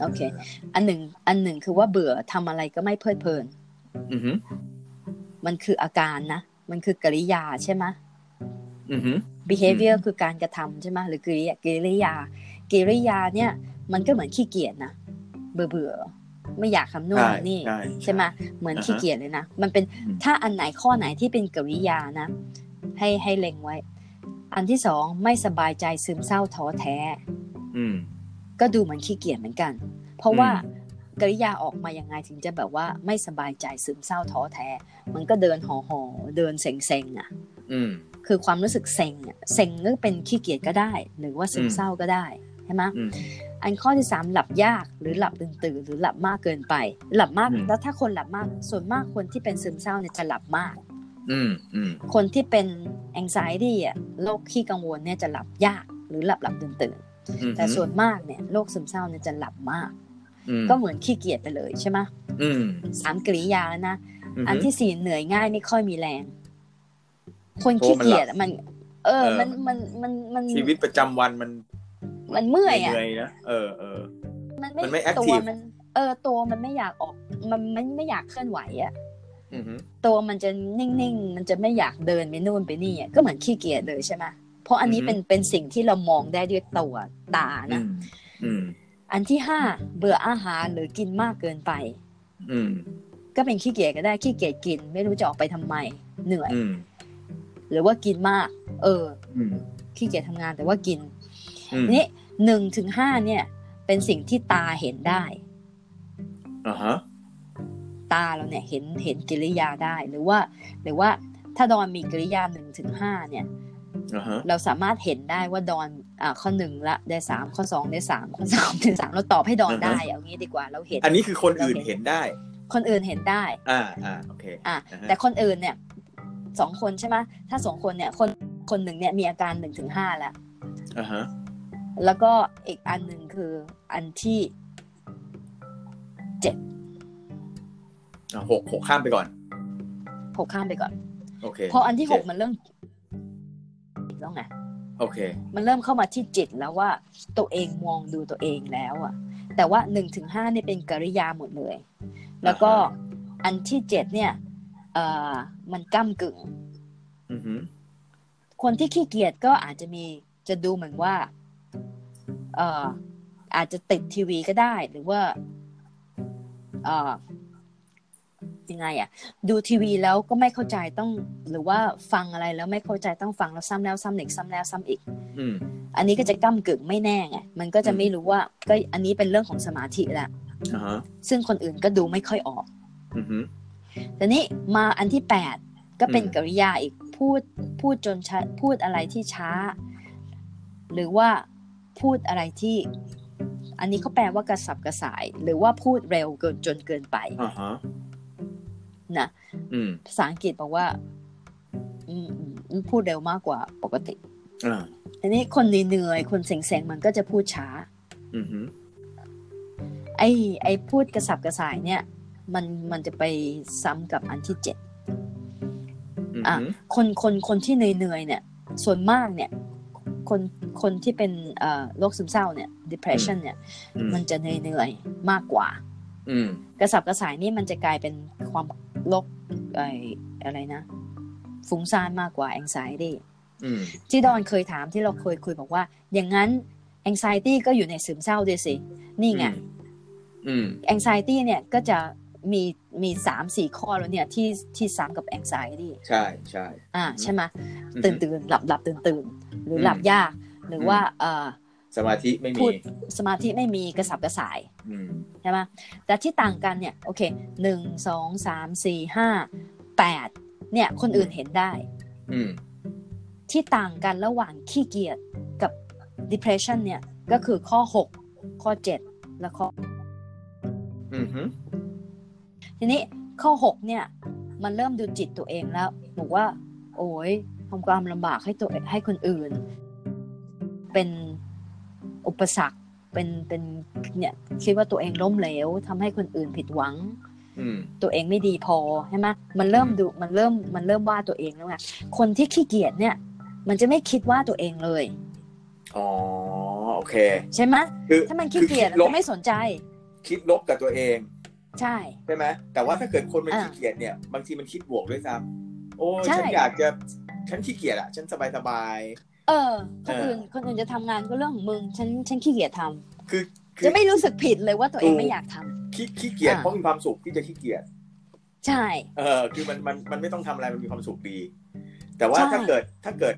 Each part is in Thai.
โอเค อันหนึ่ง อันหนึ่งคือว่าเบื่อทำอะไรก็ไม่เพลิดเพลิน อือหือ มันคืออาการนะ มันคือกริยาใช่ไหม อือหือ behavior คือการกระทำใช่ไหมหรือกริยากริยา กริยาเนี่ยมันก็เหมือนขี้เกียจนะเบื่อเบื่อๆไม่อยากคำนวณ ใช่ นี่ ใช่ ใช่ไหมเหมือน อ่าฮะ ขี้เกียจเลยนะ มันเป็น อืม ถ้าอันไหนข้อไหนที่เป็นกริยานะ ให้ให้เล็งไว้ อันที่สองไม่สบายใจซึมเศร้าท้อแท้ อืม ก็ดูเหมือนขี้เกียจเหมือนกัน เพราะว่ากริยาออกมายังไงถึงจะแบบว่าไม่สบายใจซึมเศร้าท้อแท้ มันก็เดินห่อหอๆเดินเซ็งเซ็งๆอ่ะ อืม คือความรู้สึกเซ็งอะเซ็งก็เป็นขี้เกียจก็ได้ หรือว่าซึมเศร้าก็ได้ใช่ไหม อืม อันข้อที่สามหลับยากหรือหลับตื่นตื่นๆหรือหลับมากเกินไป หลับมาก อืม แล้วถ้าคนหลับมาก ส่วนมากคนที่เป็นซึมเศร้าเนี่ยจะหลับมาก อืมอืม คนที่เป็น anxiety อ่ะโรคขี้กังวลเนี่ยจะหลับยากหรือหลับหลับตื่นตื่น อืม ๆแต่ส่วนมากเนี่ยโรคซึมเศร้าเนี่ยจะหลับมาก อืม ก็เหมือนขี้เกียจไปเลยใช่ไหม อืม สามกริยาแล้วนะ ม อันที่สี่เหนื่อยง่ายไม่ค่อยมีแรง คน โอ้ ขี้ มันหเกีลับยจอะมัน เออ เออ มันมันมันมัน ชีวิตประจำวันมัน มันเมื่อยอ่ะ เหนื่อยๆนะเออเออ มัน มันไม่ ไม่ active ตัวมัน เออ ตัวมันไม่อยากออก มันมันไม่อยากเคลื่อนไหวอ่ะ อือหือ ตัวมันจะนิ่งๆ มันจะไม่อยากเดินไปนู่นไปนี่อ่ะ ก็เหมือนขี้เกียจเลยใช่ไหมเพราะอันนี้ อือฮึ เป็นเป็นสิ่งที่เรามองได้ด้วยตัวตา อื นะ มอืม อันที่ห้าเบื่ออาหารหรือกินมากเกินไป อืม ก็เป็นขี้เกียจก็ได้ ขี้เกียจกิน ไม่รู้จะออกไปทำไม เหนื่อย อืม หรือว่ากินมาก เออ อืม ขี้เกียจทำงานแต่ว่ากิน อืม นี่หนึ่งถึงห้าเนี่ย เป็นสิ่งที่ตาเห็นได้ อ่าฮะ ตาเราเนี่ยเห็นเห็นกิริยาได้หรือว่า หรือว่าถ้าดอนมีกิริยาหนึ่งถึงห้าเนี่ย อ่าฮะ เราสามารถเห็นได้ว่าดอนอ่าข้อหนึ่งละได้สามข้อสองได้สามข้อสามถึงสามเราตอบให้ดอน อือฮะ ได้เอางี้ดีกว่าเราเห็น อันนี้คือคนอื่น เราเห็น เห็นได้ คนอื่นเห็นได้ อ่าอ่าโอเค อ่ะ อือฮะ แต่คนอื่นเนี่ยสองคนใช่ไหมถ้าสองคนเนี่ยคนคนหนึ่งเนี่ยมีอาการหนึ่งถึงห้าแล้ว อ่าฮะ แล้วก็อีกอันหนึ่งคืออันที่ อ่ะหกหกข้ามไปก่อน หกข้ามไปก่อน โอเค เพราะอันที่หก เจ็ด มันเริ่มแล้วไง โอเค มันเริ่มเข้ามาที่จิตแล้วว่าตัวเองมองดูตัวเองแล้วอะแต่ว่า1นถึงหเนี่ยเป็นกริยาหมดเลย แล้วก็ อ่าฮ อันที่เจ็ดเนี่ยเอ่อมันก้ากึ่ง อือหือ คนที่ขี้เกียจก็อาจจะมีจะดูเหมือนว่าเอ่ออาจจะติดทีวีก็ได้ หรือว่าเอ่อยังไงอะดูทีวีแล้วก็ไม่เข้าใจต้อง หรือว่าฟังอะไรแล้วไม่เข้าใจต้องฟังแล้วซ้ำแล้วซ้ำอีกซ้ำแล้วซ้ำอีก อืม อันนี้ก็จะก้ำกึ่งไม่แน่ไง มันก็จะไม่รู้ว่า ก็อันนี้เป็นเรื่องของสมาธิแหละ อ่าฮะ ซึ่งคนอื่นก็ดูไม่ค่อยออก อือหือ แต่นี้มาอันที่ 8 ก็เป็น อืม กริยาอีก พูด พูดจนช้าพูดอะไรที่ช้า หรือว่าพูดอะไรที่ อันนี้เขาแปลว่ากระสับกระส่าย หรือว่าพูดเร็วเกินจนเกินไป อ่าฮะ นะ อืม ภาษาอังกฤษบอกว่าอืมอืมพูดเร็วมากกว่าปกติ อ่า อันนี้คนเหนื่อยๆคนเซ็งๆมันก็จะพูดช้า อือหือ ไอไอพูดกระสับกระส่ายเนี่ย มันมันจะไปซ้ำกับอันที่เจ็ด อือ อ่ะ หือ คนคนคนที่เหนื่อยๆเนี่ย ส่วนมากเนี่ย คนคนที่เป็นเอ่อโรคซึมเศร้าเนี่ย depression เนี่ย อืม มันจะเหนื่อยๆมากกว่า อืม กระสับกระส่ายนี่มันจะกลายเป็นความโรคไออะไรนะฟุ้งซ่านมากกว่า anxiety อืม ที่ดอนเคยถามที่เราเคยคุยบอกว่า อย่างนั้น anxiety ก็อยู่ในซึมเศร้าด้วยสินี่ไง อืม anxiety เนี่ยก็จะมีมีสามสี่ข้อแล้วเนี่ยที่ที่ซ้ำกับ anxiety ใช่ใช่ อ่าใช่ไหม อือหือ ตื่นตื่นหลับหลับตื่นตื่นหรืออ ม หลับยากหรืออ ม ว่าเออ สมาธิไม่ พู มี ดสมาธิไม่มีกระสับกระส่าย อืม ใช่ไหมแต่ที่ต่างกันเนี่ยโอเคหนึ่งสองสามสี่ห้าแปดเนี่ยคนอื่นเห็นได้ อืม ที่ต่างกันระหว่างขี้เกียจกับ depression เนี่ยก็คือข้อ 6 ข้อ 7 และข้อ อือหือ ทีนี้ข้อหกเนี่ย มันเริ่มดูจิตตัวเองแล้วบอกว่า โอ้ยทำความลำบากให้ตัวให้คนอื่น เป็นอุปสรรคเป็นเป็นเนี่ยคิดว่าตัวเองล้มเหลวทำให้คนอื่นผิดหวัง อืม ตัวเองไม่ดีพอใช่ไหมมันเริ่มดูมันเริ่มมันเริ่มว่าตัวเองแล้วไงคนที่ขี้เกียจเนี่ย มันจะไม่คิดว่าตัวเองเลย อ๋อ โอเค ใช่ไหม คือ ถ้ามันขี้เกียจมันคือคิดลบ จะไม่สนใจ คิดลบกับตัวเอง ใช่ ใช่ไหมแต่ว่าถ้าเกิดคนมัน อ่า ขี้เกียจเนี่ยบางทีมันคิดบวกด้วยซ้ำโอ้ย ใช่ ฉันอยากจะฉันขี้เกียจอะฉันสบายสบาย เออคนอื่นคนอื่นจะทำงานก็เรื่องของมึง ฉันฉันขี้เกียจทำ ๆคือ คือ จะไม่รู้สึกผิดเลยว่าตัวเองไม่อยากทำ ขี้ขี้เกียจ อ่า เพราะมีความสุขที่จะขี้เกียจ ใช่ เออคือมันมันมันไม่ต้องทำอะไรมันมีความสุขดี แต่ว่า ใช่ ถ้าเกิดถ้าเกิด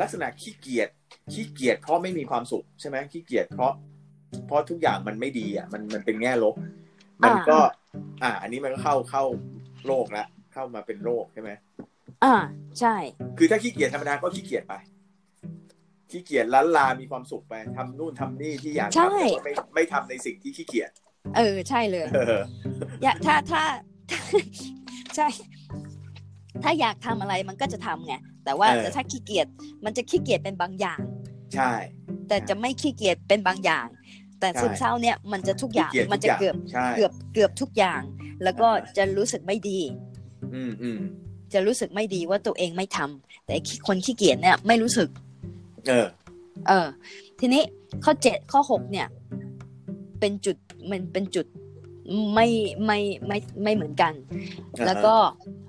ลักษณะขี้เกียจขี้เกียจเพราะไม่มีความสุขใช่ไหมขี้เกียจเพราะ เพราะทุกอย่างมันไม่ดีอ่ะมันมันเป็นแง่ลบ มันก็ อ่า อันนี้มันก็เข้าเข้าโรคละเข้ามาเป็นโรคใช่ไหม อ่าใช่ คือถ้าขี้เกียจธรรมดาก็ขี้เกียจไปขี้เกียจล้านลามีความสุขไปทำนู่นทำนี่ที่อยาก ใช่ ทำแต่ว่าไม่ไม่ทำในสิ่งที่ขี้เกียจ เออใช่เลย เออ อยากถ้าถ้า ถ้า ใช่ ถ้าอยากทำอะไรมันก็จะทำไงแต่ว่า เออ แต่ถ้าขี้เกียจมันจะขี้เกียจเป็นบางอย่าง ใช่ แต่จะไม่ขี้เกียจเป็นบางอย่าง แต่ ใช่ ซึมเศร้าเนี่ยมันจะทุกอ ขี้ ย่าง เกียจ มันจะเกือบ ใช่ เกือบเกือบทุกอย่าง แล้วก็ อ่า จะรู้สึกไม่ดี อืมอืม จะรู้สึกไม่ดีว่าตัวเองไม่ทำแต่ไอ้คนขี้เกียจเนี่ยไม่รู้สึก เออ เออ ทีนี้ข้อเจ็ดข้อหกเนี่ย เป็นจุดมันเป็นจุดไม่ไม่ไม่ไม่เหมือนกัน แล้วก็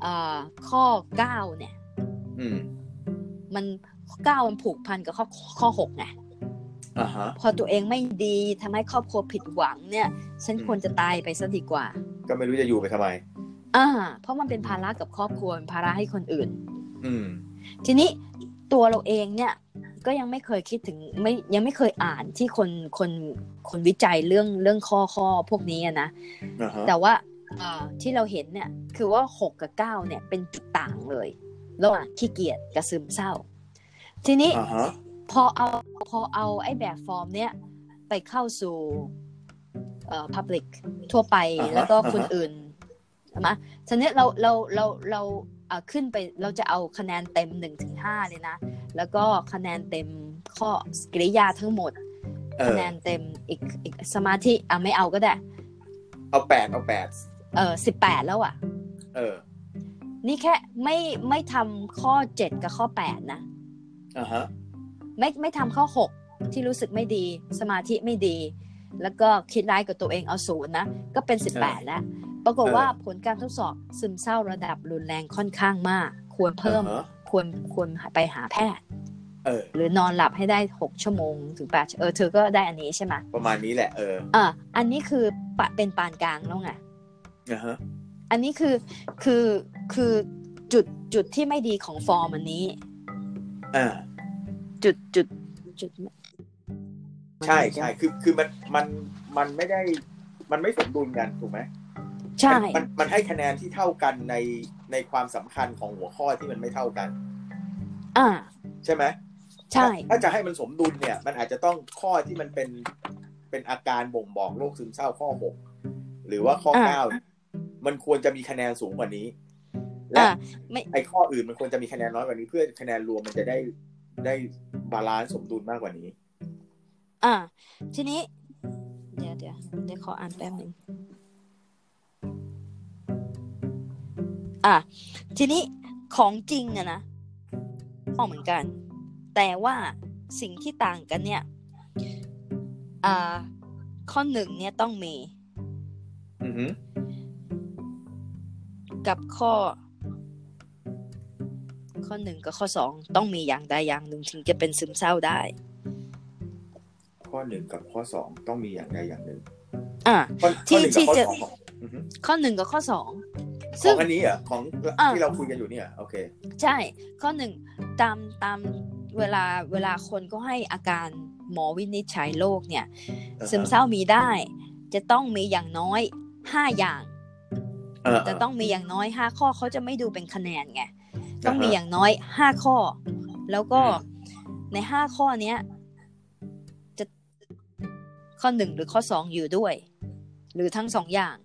เอ่อข้อเก้าเนี่ย อืม มันข้อเก้ามันผูกพันกับข้อข้อหกไง อ่าฮะ พอตัวเองไม่ดีทำให้ครอบครัวผิดหวังเนี่ย ฉัน อืม ควรจะตายไปซะดีกว่า ก็ไม่รู้จะอยู่ไปทำไม อ่า เพราะมันเป็นภาระกับครอบครัวเป็นภาระให้คนอื่น อืม ทีนี้ตัวเราเองเนี่ย ก็ยังไม่เคยคิดถึงไม่ยังไม่เคยอ่านที่คนคนคนวิจัยเรื่องเรื่องข้อข้อพวกนี้อะนะ อ่าฮะ แต่ว่าเอ่อที่เราเห็นเนี่ยคือว่า 6 กับ 9 เนี่ยเป็นจุดต่างเลยระหว่างขี้เกียจกับซึมเศร้า ทีนี้ อ่าฮะ พอเอาพอเอาไอ้แบบฟอร์มเนี่ยไปเข้าสู่เอ่อพับลิกทั่วไป อ่าฮะ แล้วก็คน อ่าฮะ อื่นมาทีนี้เราเราเราเราเอาขึ้นไปเราจะเอาคะแนนเต็ม 1-5 เลยนะ แล้วก็คะแนนเต็มข้อกริยาทั้งหมด เอ คะ อ แนนเต็มอีกอีกสมาธิอ่ะไม่เอาก็ได้ เอาแปดเอาแปด เออสิบแปดแล้วอ่ะ เออ นี่แค่ไม่ไม่ทำข้อ 7 กับข้อ 8 นะ อ่าฮะ ไม่ไม่ทำข้อ 6 ที่รู้สึกไม่ดี สมาธิไม่ดี แล้วก็คิดร้ายกับตัวเองเอาศูนย์นะ ก็เป็น 18 แล้ว ปรากฏว่าผลการทดสอบซึมเศร้าระดับรุนแรงค่อนข้างมาก ควรเพิ่ม อ่าฮะ ควรควรไปหาแพทย์ เออ หรือนอนหลับให้ได้ 6 ชั่วโมงถึง8เออเธอก็ได้อันนี้ใช่ไหม ประมาณนี้แหละ เออ อ่าอันนี้คือปะเป็นปานกลางแล้วไง อ่าฮะ อันนี้คือคือคือจุดจุดที่ไม่ดีของฟอร์มอันนี้ อ่า จุดจุดจุด ใช่ใช่ คือ คือมัน มัน มันไม่ได้ มันไม่สมดุลกัน ถูกไหม ใช่ มันมัน มันให้คะแนนที่เท่ากันใน ในความสำคัญของหัวข้อที่มันไม่เท่ากัน อ่า ใช่ไหม ใช่ ถ้าถ้าจะให้มันสมดุลเนี่ย มันอาจจะต้องข้อที่มันเป็น เป็นอาการบ่งบอกโรคซึมเศร้าข้อหก หรือว่าข้อเก้า มันควรจะมีคะแนนสูงกว่านี้ และ อ่า ไอ้ข้ออื่นมันควรจะมีคะแนนน้อยกว่านี้เพื่อคะแนนรวมมันจะได้ได้บาลานซ์สมดุลมากกว่านี้ อ่า ทีนี้ เดี๋ยวเดี๋ยวเดี๋ยวขออ่านแป๊บหนึ่งอ่าทีนี้ของจริงอะนะก็เหมือนกัน แต่ว่าสิ่งที่ต่างกันเนี่ย อ่า ข้อหนึ่งเนี่ยต้องมี อือฮึ กับข้อ ข้อหนึ่งกับข้อสองต้องมีอย่างใดอย่างหนึ่งถึงจะเป็นซึมเศร้าได้ ข้อหนึ่งกับข้อสองต้องมีอย่างใดอย่างหนึ่ง อ่า ข้อ ที่ ข้อหนึ่งกัที่บข้อจะ สองของอือฮึ ข้อหนึ่งกับข้อสอง ข ซึ่ อง ง อันนี้เหรอของ อ่า ที่เราคุยกันอยู่เนี่ยโอเค ใช่ข้อหนึ่งตามตามเวลาเวลาคนก็ให้อาการหมอวินิจฉัยโรคเนี่ย อ่าฮะ ซึมเศร้ามีได้ จะต้องมีอย่างน้อยห้าอย่าง เ จะต้องมีอย่างน้อยห้าข้อเขาจะไม่ดูเป็นคะแนนไงต้องมี ฮะ อย่างน้อยห้าข้อ แล้วก็ อืม ในห้าข้อเนี้ยจะข้อหนึ่งหรือข้อสองอยู่ด้วย หรือทั้งสองอย่าง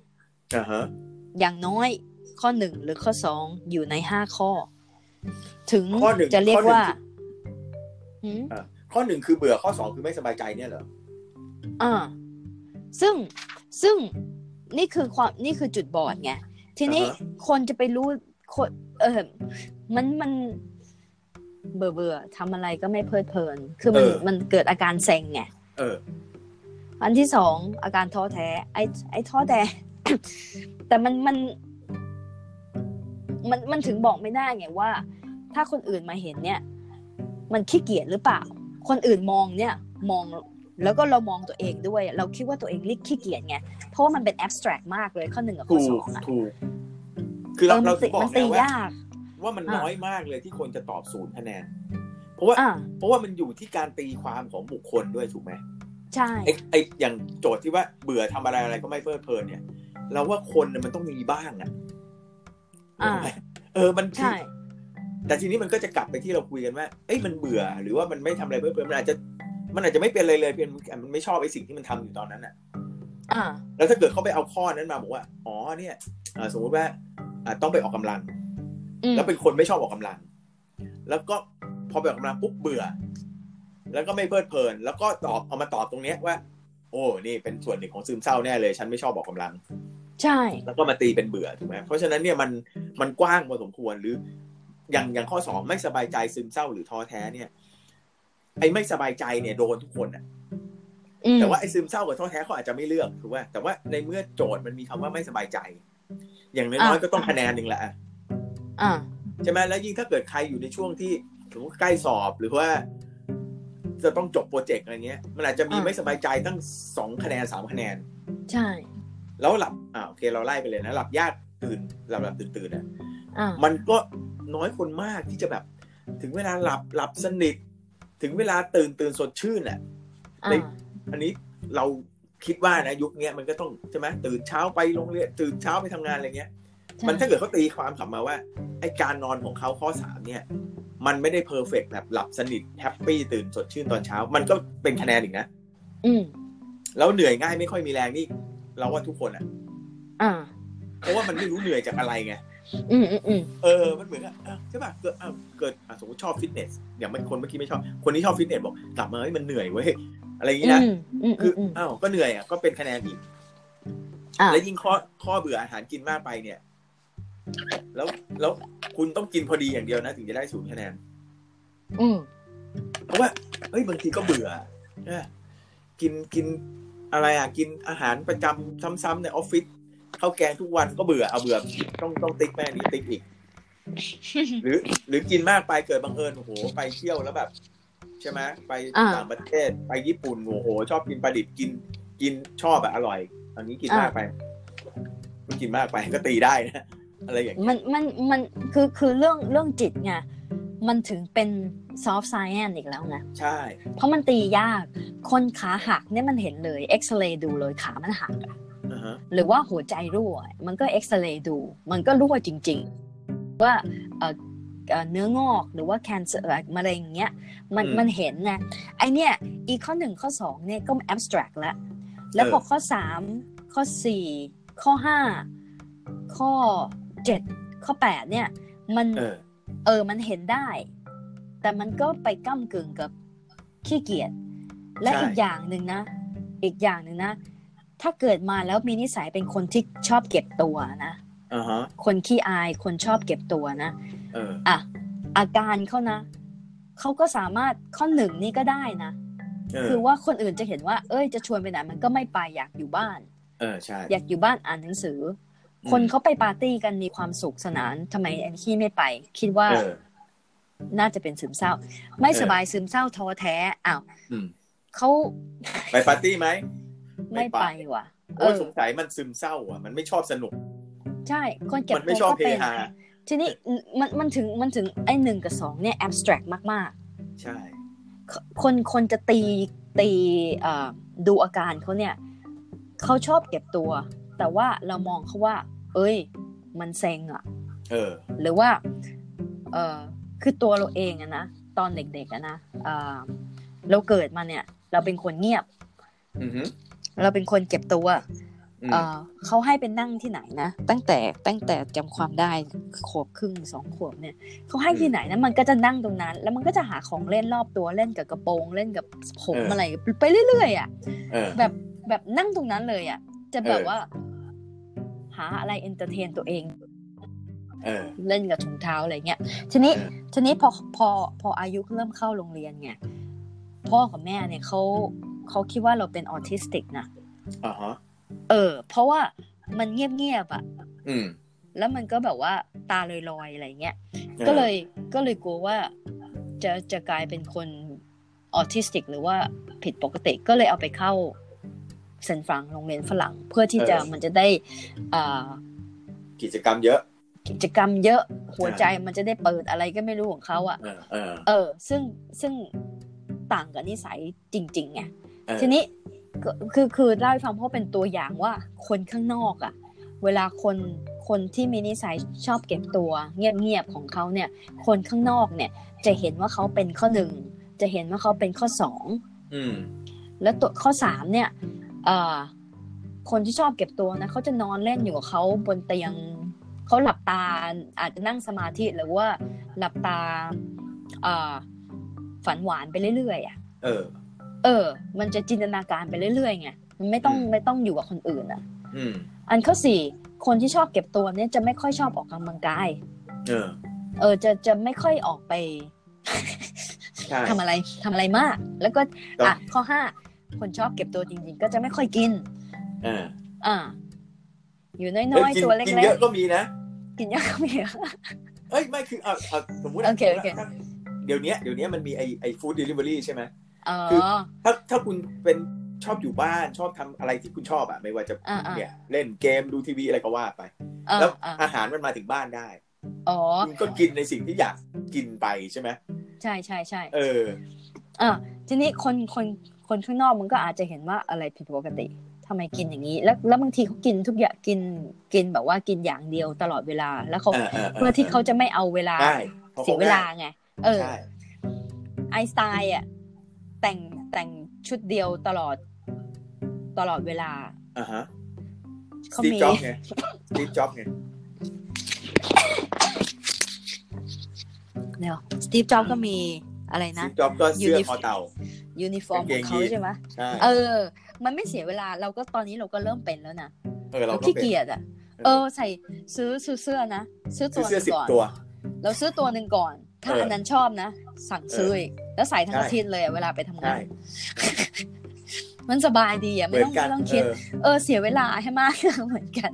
อ่าฮะ อย่างน้อยข้อหนึ่งหรือข้อสองอยู่ในห้าข้อ ถึง ข้อหนึ่ง จะเรียก ข้อหนึ่ง ว่า คือ หืม อ่าข้อหนึ่งคือเบื่อข้อสองคือไม่สบายใจเนี่ยเหรอ อ่าซึ่งซึ่งนี่คือความนี่คือจุดบอดไงทีนี้คนจะไปรู้คนเออมันมันเบื่อเบื่อทำอะไรก็ไม่เพลิดเพลิน คือมันมันเกิดอาการเซ็งไง เออ อันที่สองอาการท้อแท้ ไอ้ไอ้ท้อแท้ แต่มันมัน มันมันถึงบอกไม่ได้ไงว่า ถ้าคนอื่นมาเห็นเนี่ย มันขี้เกียจหรือเปล่า คนอื่นมองเนี่ย มองแล้วก็เรามองตัวเองด้วย เราคิดว่าตัวเองลิกขี้เกียจไง เพราะว่ามันเป็นแอบสแตรกมากเลยข้อหนึ่งกับข้ ถู อก สองอะ ถูกคือเรา ออ เรา มั ถึ ติ งบอ มันกไง ตี ว่าย าก ว่ามัน อ่า น้อยมากเลยที่คนจะตอบศูนย์คะแนน เพราะว่า อ่า เพราะว่ามันอยู่ที่การตีความของบุคคลด้วยถูกไหม ใช่ ไอ้ไอ้อย่างโจทย์ที่ว่าเบื่อทำอะไรอะไรก็ไม่เพลิดเพลินเนี่ย เราว่าคนน่ะมันต้องมีบ้างอ่ะ อ่า เออมันคือ ใช่ แต่ทีนี้มันก็จะกลับไปที่เราคุยกันว่าเอ้ยมันเบื่อหรือว่ามันไม่ทำอะไรเพลิดเพลินมันอาจจะมันอาจจะไม่เป็นอะไรเลยเพียงมันไม่ชอบไอ้สิ่งที่มันทำอยู่ตอนนั้นอ่ะ อ่า แล้วถ้าเกิดเขาไปเอาข้อนั้นมาบอกว่าอ๋อเนี่ยเอ่อสมมุติว่าอ่ะต้องไปออกกำลัง อืม แล้วเป็นคนไม่ชอบออกกำลัง แล้วก็พอไปออกกำลังปุ๊บเบื่อ แล้วก็ไม่เพลิดเพลิน แล้วก็ตอบเอามาตอบตรงเนี้ยว่า โอ้นี่เป็นส่วนหนึ่งของซึมเศร้าแน่เลย ฉันไม่ชอบออกกำลัง ใช่ แล้วก็มาตีเป็นเบื่อถูกไหมเพราะฉะนั้นเนี่ยมันมันกว้างพอสมควรหรือ อย่างอย่างข้อสองไม่สบายใจซึมเศร้าหรือท้อแท้เนี่ย ไอ้ไม่สบายใจเนี่ยโดนทุกคนอะ อืม แต่ว่าไอ้ซึมเศร้ากับท้อแท้เขาอาจจะไม่เลือกถูกไหมแต่ว่าในเมื่อโจทย์มันมีคำว่าไม่สบายใจ อย่างน้อยๆก็ต้องคะแนนหนึ่งแหละ อ่า ใช่ไหมแล้วยิ่งถ้าเกิดใครอยู่ในช่วงที่สมมติใกล้สอบหรือว่า จะต้องจบโปรเจกต์อะไรเงี้ย มันอาจจะมี อ่า ไม่สบายใจตั้งสองคะแนนสามคะแนน ใช่ แล้วหลับอ่าโอเคเราไล่ไปเลยนะ หลับยากตื่นหลับหลับตื่นตื่นอ่ะ อ่า มันก็น้อยคนมากที่จะแบบ ถึงเวลาหลับหลับสนิท ถึงเวลาตื่นตื่นสดชื่นอ่ะ อ่า ใน อันนี้เราคิดว่านะยุคเนี้ยมันก็ต้องใช่ไหมตื่นเช้าไปโรงเรียนตื่นเช้าไปทำงานอะไรเงี้ย ใช่ มันถ้าเกิดเขาตีความกลับมาว่าไอการนอนของเขาข้อสามเนี่ย มันไม่ได้เพอร์เฟกแบบหลับสนิทแฮปปี้ตื่นสดชื่นตอนเช้า มันก็เป็นคะแนนอีกนะ อืม แล้วเหนื่อยง่ายไม่ค่อยมีแรงนี่ เราว่าทุกคนอ่ะ อ่า เพราะว่ามันไม่รู้เหนื่อยจากอะไรไง อืมอืมอืม เออ มันเหมือนกับอ่ะใช่ป่ะเกิดอ่ะเกิดอ่ะสมมติชอบฟิตเนสอย่างมันคนเมื่อกี้ไม่ชอบ คนที่ชอบฟิตเนสบอกกลับมาเฮ้ยมันเหนื่อยเว้ยอะไรอย่าง อื นี้นะ มอืม คือ อืม อ้าวก็เหนื่อยอ่ะก็เป็นคะแนนอีก อ่า และยิ่งข้อข้อเบื่ออาหารกินมากไปเนี่ย แล้วแล้วคุณต้องกินพอดีอย่างเดียวนะถึงจะได้ศูนย์คะแนน อืม เพราะว่าเฮ้ยบางทีก็เบื่อเออกินกินอะไรอ่ะ กินอาหารประจำซ้ำๆในออฟฟิศข้าวแกงทุกวันก็เบื่อเอาเบื่อต้องต้องติ๊กแม่นี้ติ๊กอี ก หรือ หรือกินมากไปเกิดบังเอิญโอ้โหไปเที่ยวแล้วแบบ ใช่ไหมไปต่างประเทศไปญี่ปุ่นโอ้โห ชอบกินปลาดิบกิน กินชอบแบบอร่อยอันนี้กินมากไปมันกินมากไปก็ตีได้นะอะไรอย่างเงี้ย มันมันมันคือคือเรื่องเรื่องจิตไงมันถึงเป็นซอฟต์ไซแอนอีกแล้วไง ใช่ เพราะมันตียาก คนขาหักเนี่ยมันเห็นเลยเอ็กซเรย์ดูเลยขามันหักอะ อ่าฮะ หรือว่าหัวใจรั่ว มันก็เอ็กซเรย์ดู มันก็รั่วจริง ๆ ว่าเออเอ่อเนื้องอกหรือว่าแคนเซอร์มะเร็งเงี้ยมันมันเห็นนะไอเนี่ยอีข้อหนึ่งข้อสองเนี่ยก็แอบสแตรกแล้ว แล้วพอข้อสามข้อสี่ข้อห้าข้อเจ็ดข้อแปดเนี่ย มัน เออ เออมันเห็นได้ แต่มันก็ไปก้ากึ่งกับขี้เกียจและ ใช่ อีกอย่างหนึ่งนะ อีกอย่างหนึ่งนะ ถ้าเกิดมาแล้วมีนิสัยเป็นคนที่ชอบเก็บตัวนะ อ่าฮะ คนขี้อายคนชอบเก็บตัวนะ เออ อ่ะอาการเขานะเขาก็สามารถข้อหนึ่งนี่ก็ได้นะ เออ คือว่าคนอื่นจะเห็นว่า เอ้ยจะชวนไปไหนมันก็ไม่ไปอยากอยู่บ้าน เออใช่ อยากอยู่บ้านอ่านหนังสืออ ม คนเขาไปปาร์ตี้กันมีความสุขสนานทำไมแอนที่ไม่ไป คิดว่า เออ น่าจะเป็นซึมเศร้า ไม่ เออ สบายซึมเศร้าท้อแท้อ้าว อืม เขา ไปปาร์ตี้ไหม ไม่ ไม่ ไป ไปว่ะ เอ โอ้อยสงสัยมันซึมเศร้าอ่ะ มันไม่ชอบสนุก ใช่คนเก็บ มัน ตั ไม่ ว ชอบ ก็ เฮ เป็น ฮา ทีนี้มันมันถึงมันถึงไอ้หนึ่งกับสองเนี่ยแอบสแตรกมาก ใช่ ๆ คนคนจะตีตีเอ่อดูอาการเขาเนี่ยเขาชอบเก็บตัว แต่ว่าเรามองเขาว่า เอ้ย มันเซ็งอะ เออ หรือว่าเออคือตัวเราเองอะนะ ตอนเด็กๆอะนะเอ่อเราเกิดมาเนี่ย เราเป็นคนเงียบ อือหือ เราเป็นคนเก็บตัว อืม เอ่อเขาให้เป็นนั่งที่ไหนนะ ตั้งแต่ตั้งแต่จำความได้ขวบครึ่งสองขวบเนี่ยเขาให้ที่ไหนนะมันก็จะนั่งตรงนั้น แล้วมันก็จะหาของเล่นรอบตัวเล่นกับกระโปรงเล่นกับผมอะไรไปเรื่อยๆอะ เออ แบบแบบนั่งตรงนั้นเลยอ่ะ จะแบบ เออ ว่า หาอะไรเอนเตอร์เทนตัวเอง เออ เล่นกับถุงเท้าอะไรเงี้ย ทีนี้ เออ ทีนี้พอ พอ พออายุเริ่มเข้าโรงเรียนเนี่ย พ่อกับแม่เนี่ยเขา เขาคิดว่าเราเป็นออทิสติกนะ อ่าฮะ เออ เพราะว่ามันเงียบๆอะ อืม แล้วมันก็แบบว่าตาลอยๆอะไรเงี้ย ก็เลยก็เลยกลัวว่าจะจะกลายเป็นคนออทิสติก หรือว่าผิดปกติก็เลยเอาไปเข้าเซนฟรังโรงเรียนฝรั่ง เพื่อที่จะมันจะได้อ่า กิจกรรมเยอะ กิจกรรมเยอะหัวใจมันจะได้เปิดอะไรก็ไม่รู้ของเขาอ่ะ เออเออ เออ ซึ่งซึ่งต่างกับนิสัยจริงๆไง เออ ทีนี้ก็คือคือเล่าให้ฟังเพราะเป็นตัวอย่างว่าคนข้างนอกอ่ะ เวลาคนคนที่มีนิสัยชอบเก็บตัว เงียบๆของเขาเนี่ย คนข้างนอกเนี่ย จะเห็นว่าเขาเป็นข้อหนึ่งจะเห็นว่าเขาเป็นข้อสอง อืม แล้วตัวข้อสามเนี่ยเอ่อคนที่ชอบเก็บตัวนะเขาจะนอนเล่นอยู่กับเขาบนเตียงเขาหลับตาอาจจะนั่งสมาธิหรือว่าหลับตาเอ่อฝันหวานไปเรื่อยๆอ่ะ เออ เออ มันจะจินตนาการไปเรื่อยๆไง มันไม่ต้อง อืม ไม่ต้องอยู่กับคนอื่นอ่ะ อืม อันข้อสี่คนที่ชอบเก็บตัวเนี่ยจะไม่ค่อยชอบออกกำลังกาย เออ เออ จะจะไม่ค่อยออกไป ใช่ ทำอะไรทำอะไรมาก แล้วก็อ่ะข้อห้าคนชอบเก็บตัวจริงๆ ก็จะไม่ค่อยกิน เออ อ่า อยู่น้ เอ้ อย ย กิ ๆ ตัวเล็ กินกเยอะก็มีนะ ๆ กินเยอะก็มีอะ เอ้ยไม่คือเอาเอาสมมติ โอเคโอเค ถ้าเดี๋ยวเนี้ยเดี๋ยวเนี้ยมันมีไอไอฟู้ดเดลิเวอรี่ใช่ไหม อ๋อ คือ ถ้าถ้าคุณเป็นชอบอยู่บ้านชอบทำอะไรที่คุณชอบอะไม่ว่าจะ อ่าๆ เนี่ยเล่นเกมดูทีวีอะไรก็ว่าไป อ่า แล้ว อ่า อาหารมันมาถึงบ้านได้ อ๋อ คุณก็กินในสิ่งที่อยากกินไปใช่ไหม ใช่ใช่ใช่ เออ อ่าทีนี้คนคนคนข้างนอกมันก็อาจจะเห็นว่าอะไรผิดปกติทำไมกินอย่างนี้ แล้วแล้วบางทีเขากินทุกอย่างกินกินแบบว่ากินอย่างเดียวตลอดเวลา แล้วเขา เออเออ เพื่อที่เขาจะไม่เอาเวลา ได้ เสียเวลาไง เออ ใช่ ไอน์สไตล์อ่ะแต่งแต่งชุดเดียวตลอดตลอดเวลา อ่าฮะ เขา ดี มี จ็อบไงดีจ็อบไง เดี๋ยวสตีฟจ็อบก็มีอะไรนะ ดีจ็อบก็เสื้อ Unif- คอเต่า ยูนิฟอร์มของเขา กางเกงยีนส์ ใช่ไหม ใช่ เออ มันไม่เสียเวลาเราก็ตอนนี้เราก็เริ่มเป็นแล้วนะ เออเราก็ ขี้ เป็น เกียจอ่ะ เออใส่ซื้อซื้อเสื้อนะ ซื้อตัวซื้อ หนึเสื้อง สิบ ก่อน ตัว เราซื้อตัวหนึ่งก่อน ถ้า เอออั อันนั้นชอบนะ สั่งซื้ออีกแล้วใส่ทั้ง ใช่ อาทิตย์เลยอะเวลาไปทำงาใช่น มันสบายดีอ่ะ เห ไม่ มือ ต้ น องไม่ต้องกันเอ คิด อ เออเสียเวลาให้มาก เหมือนกัน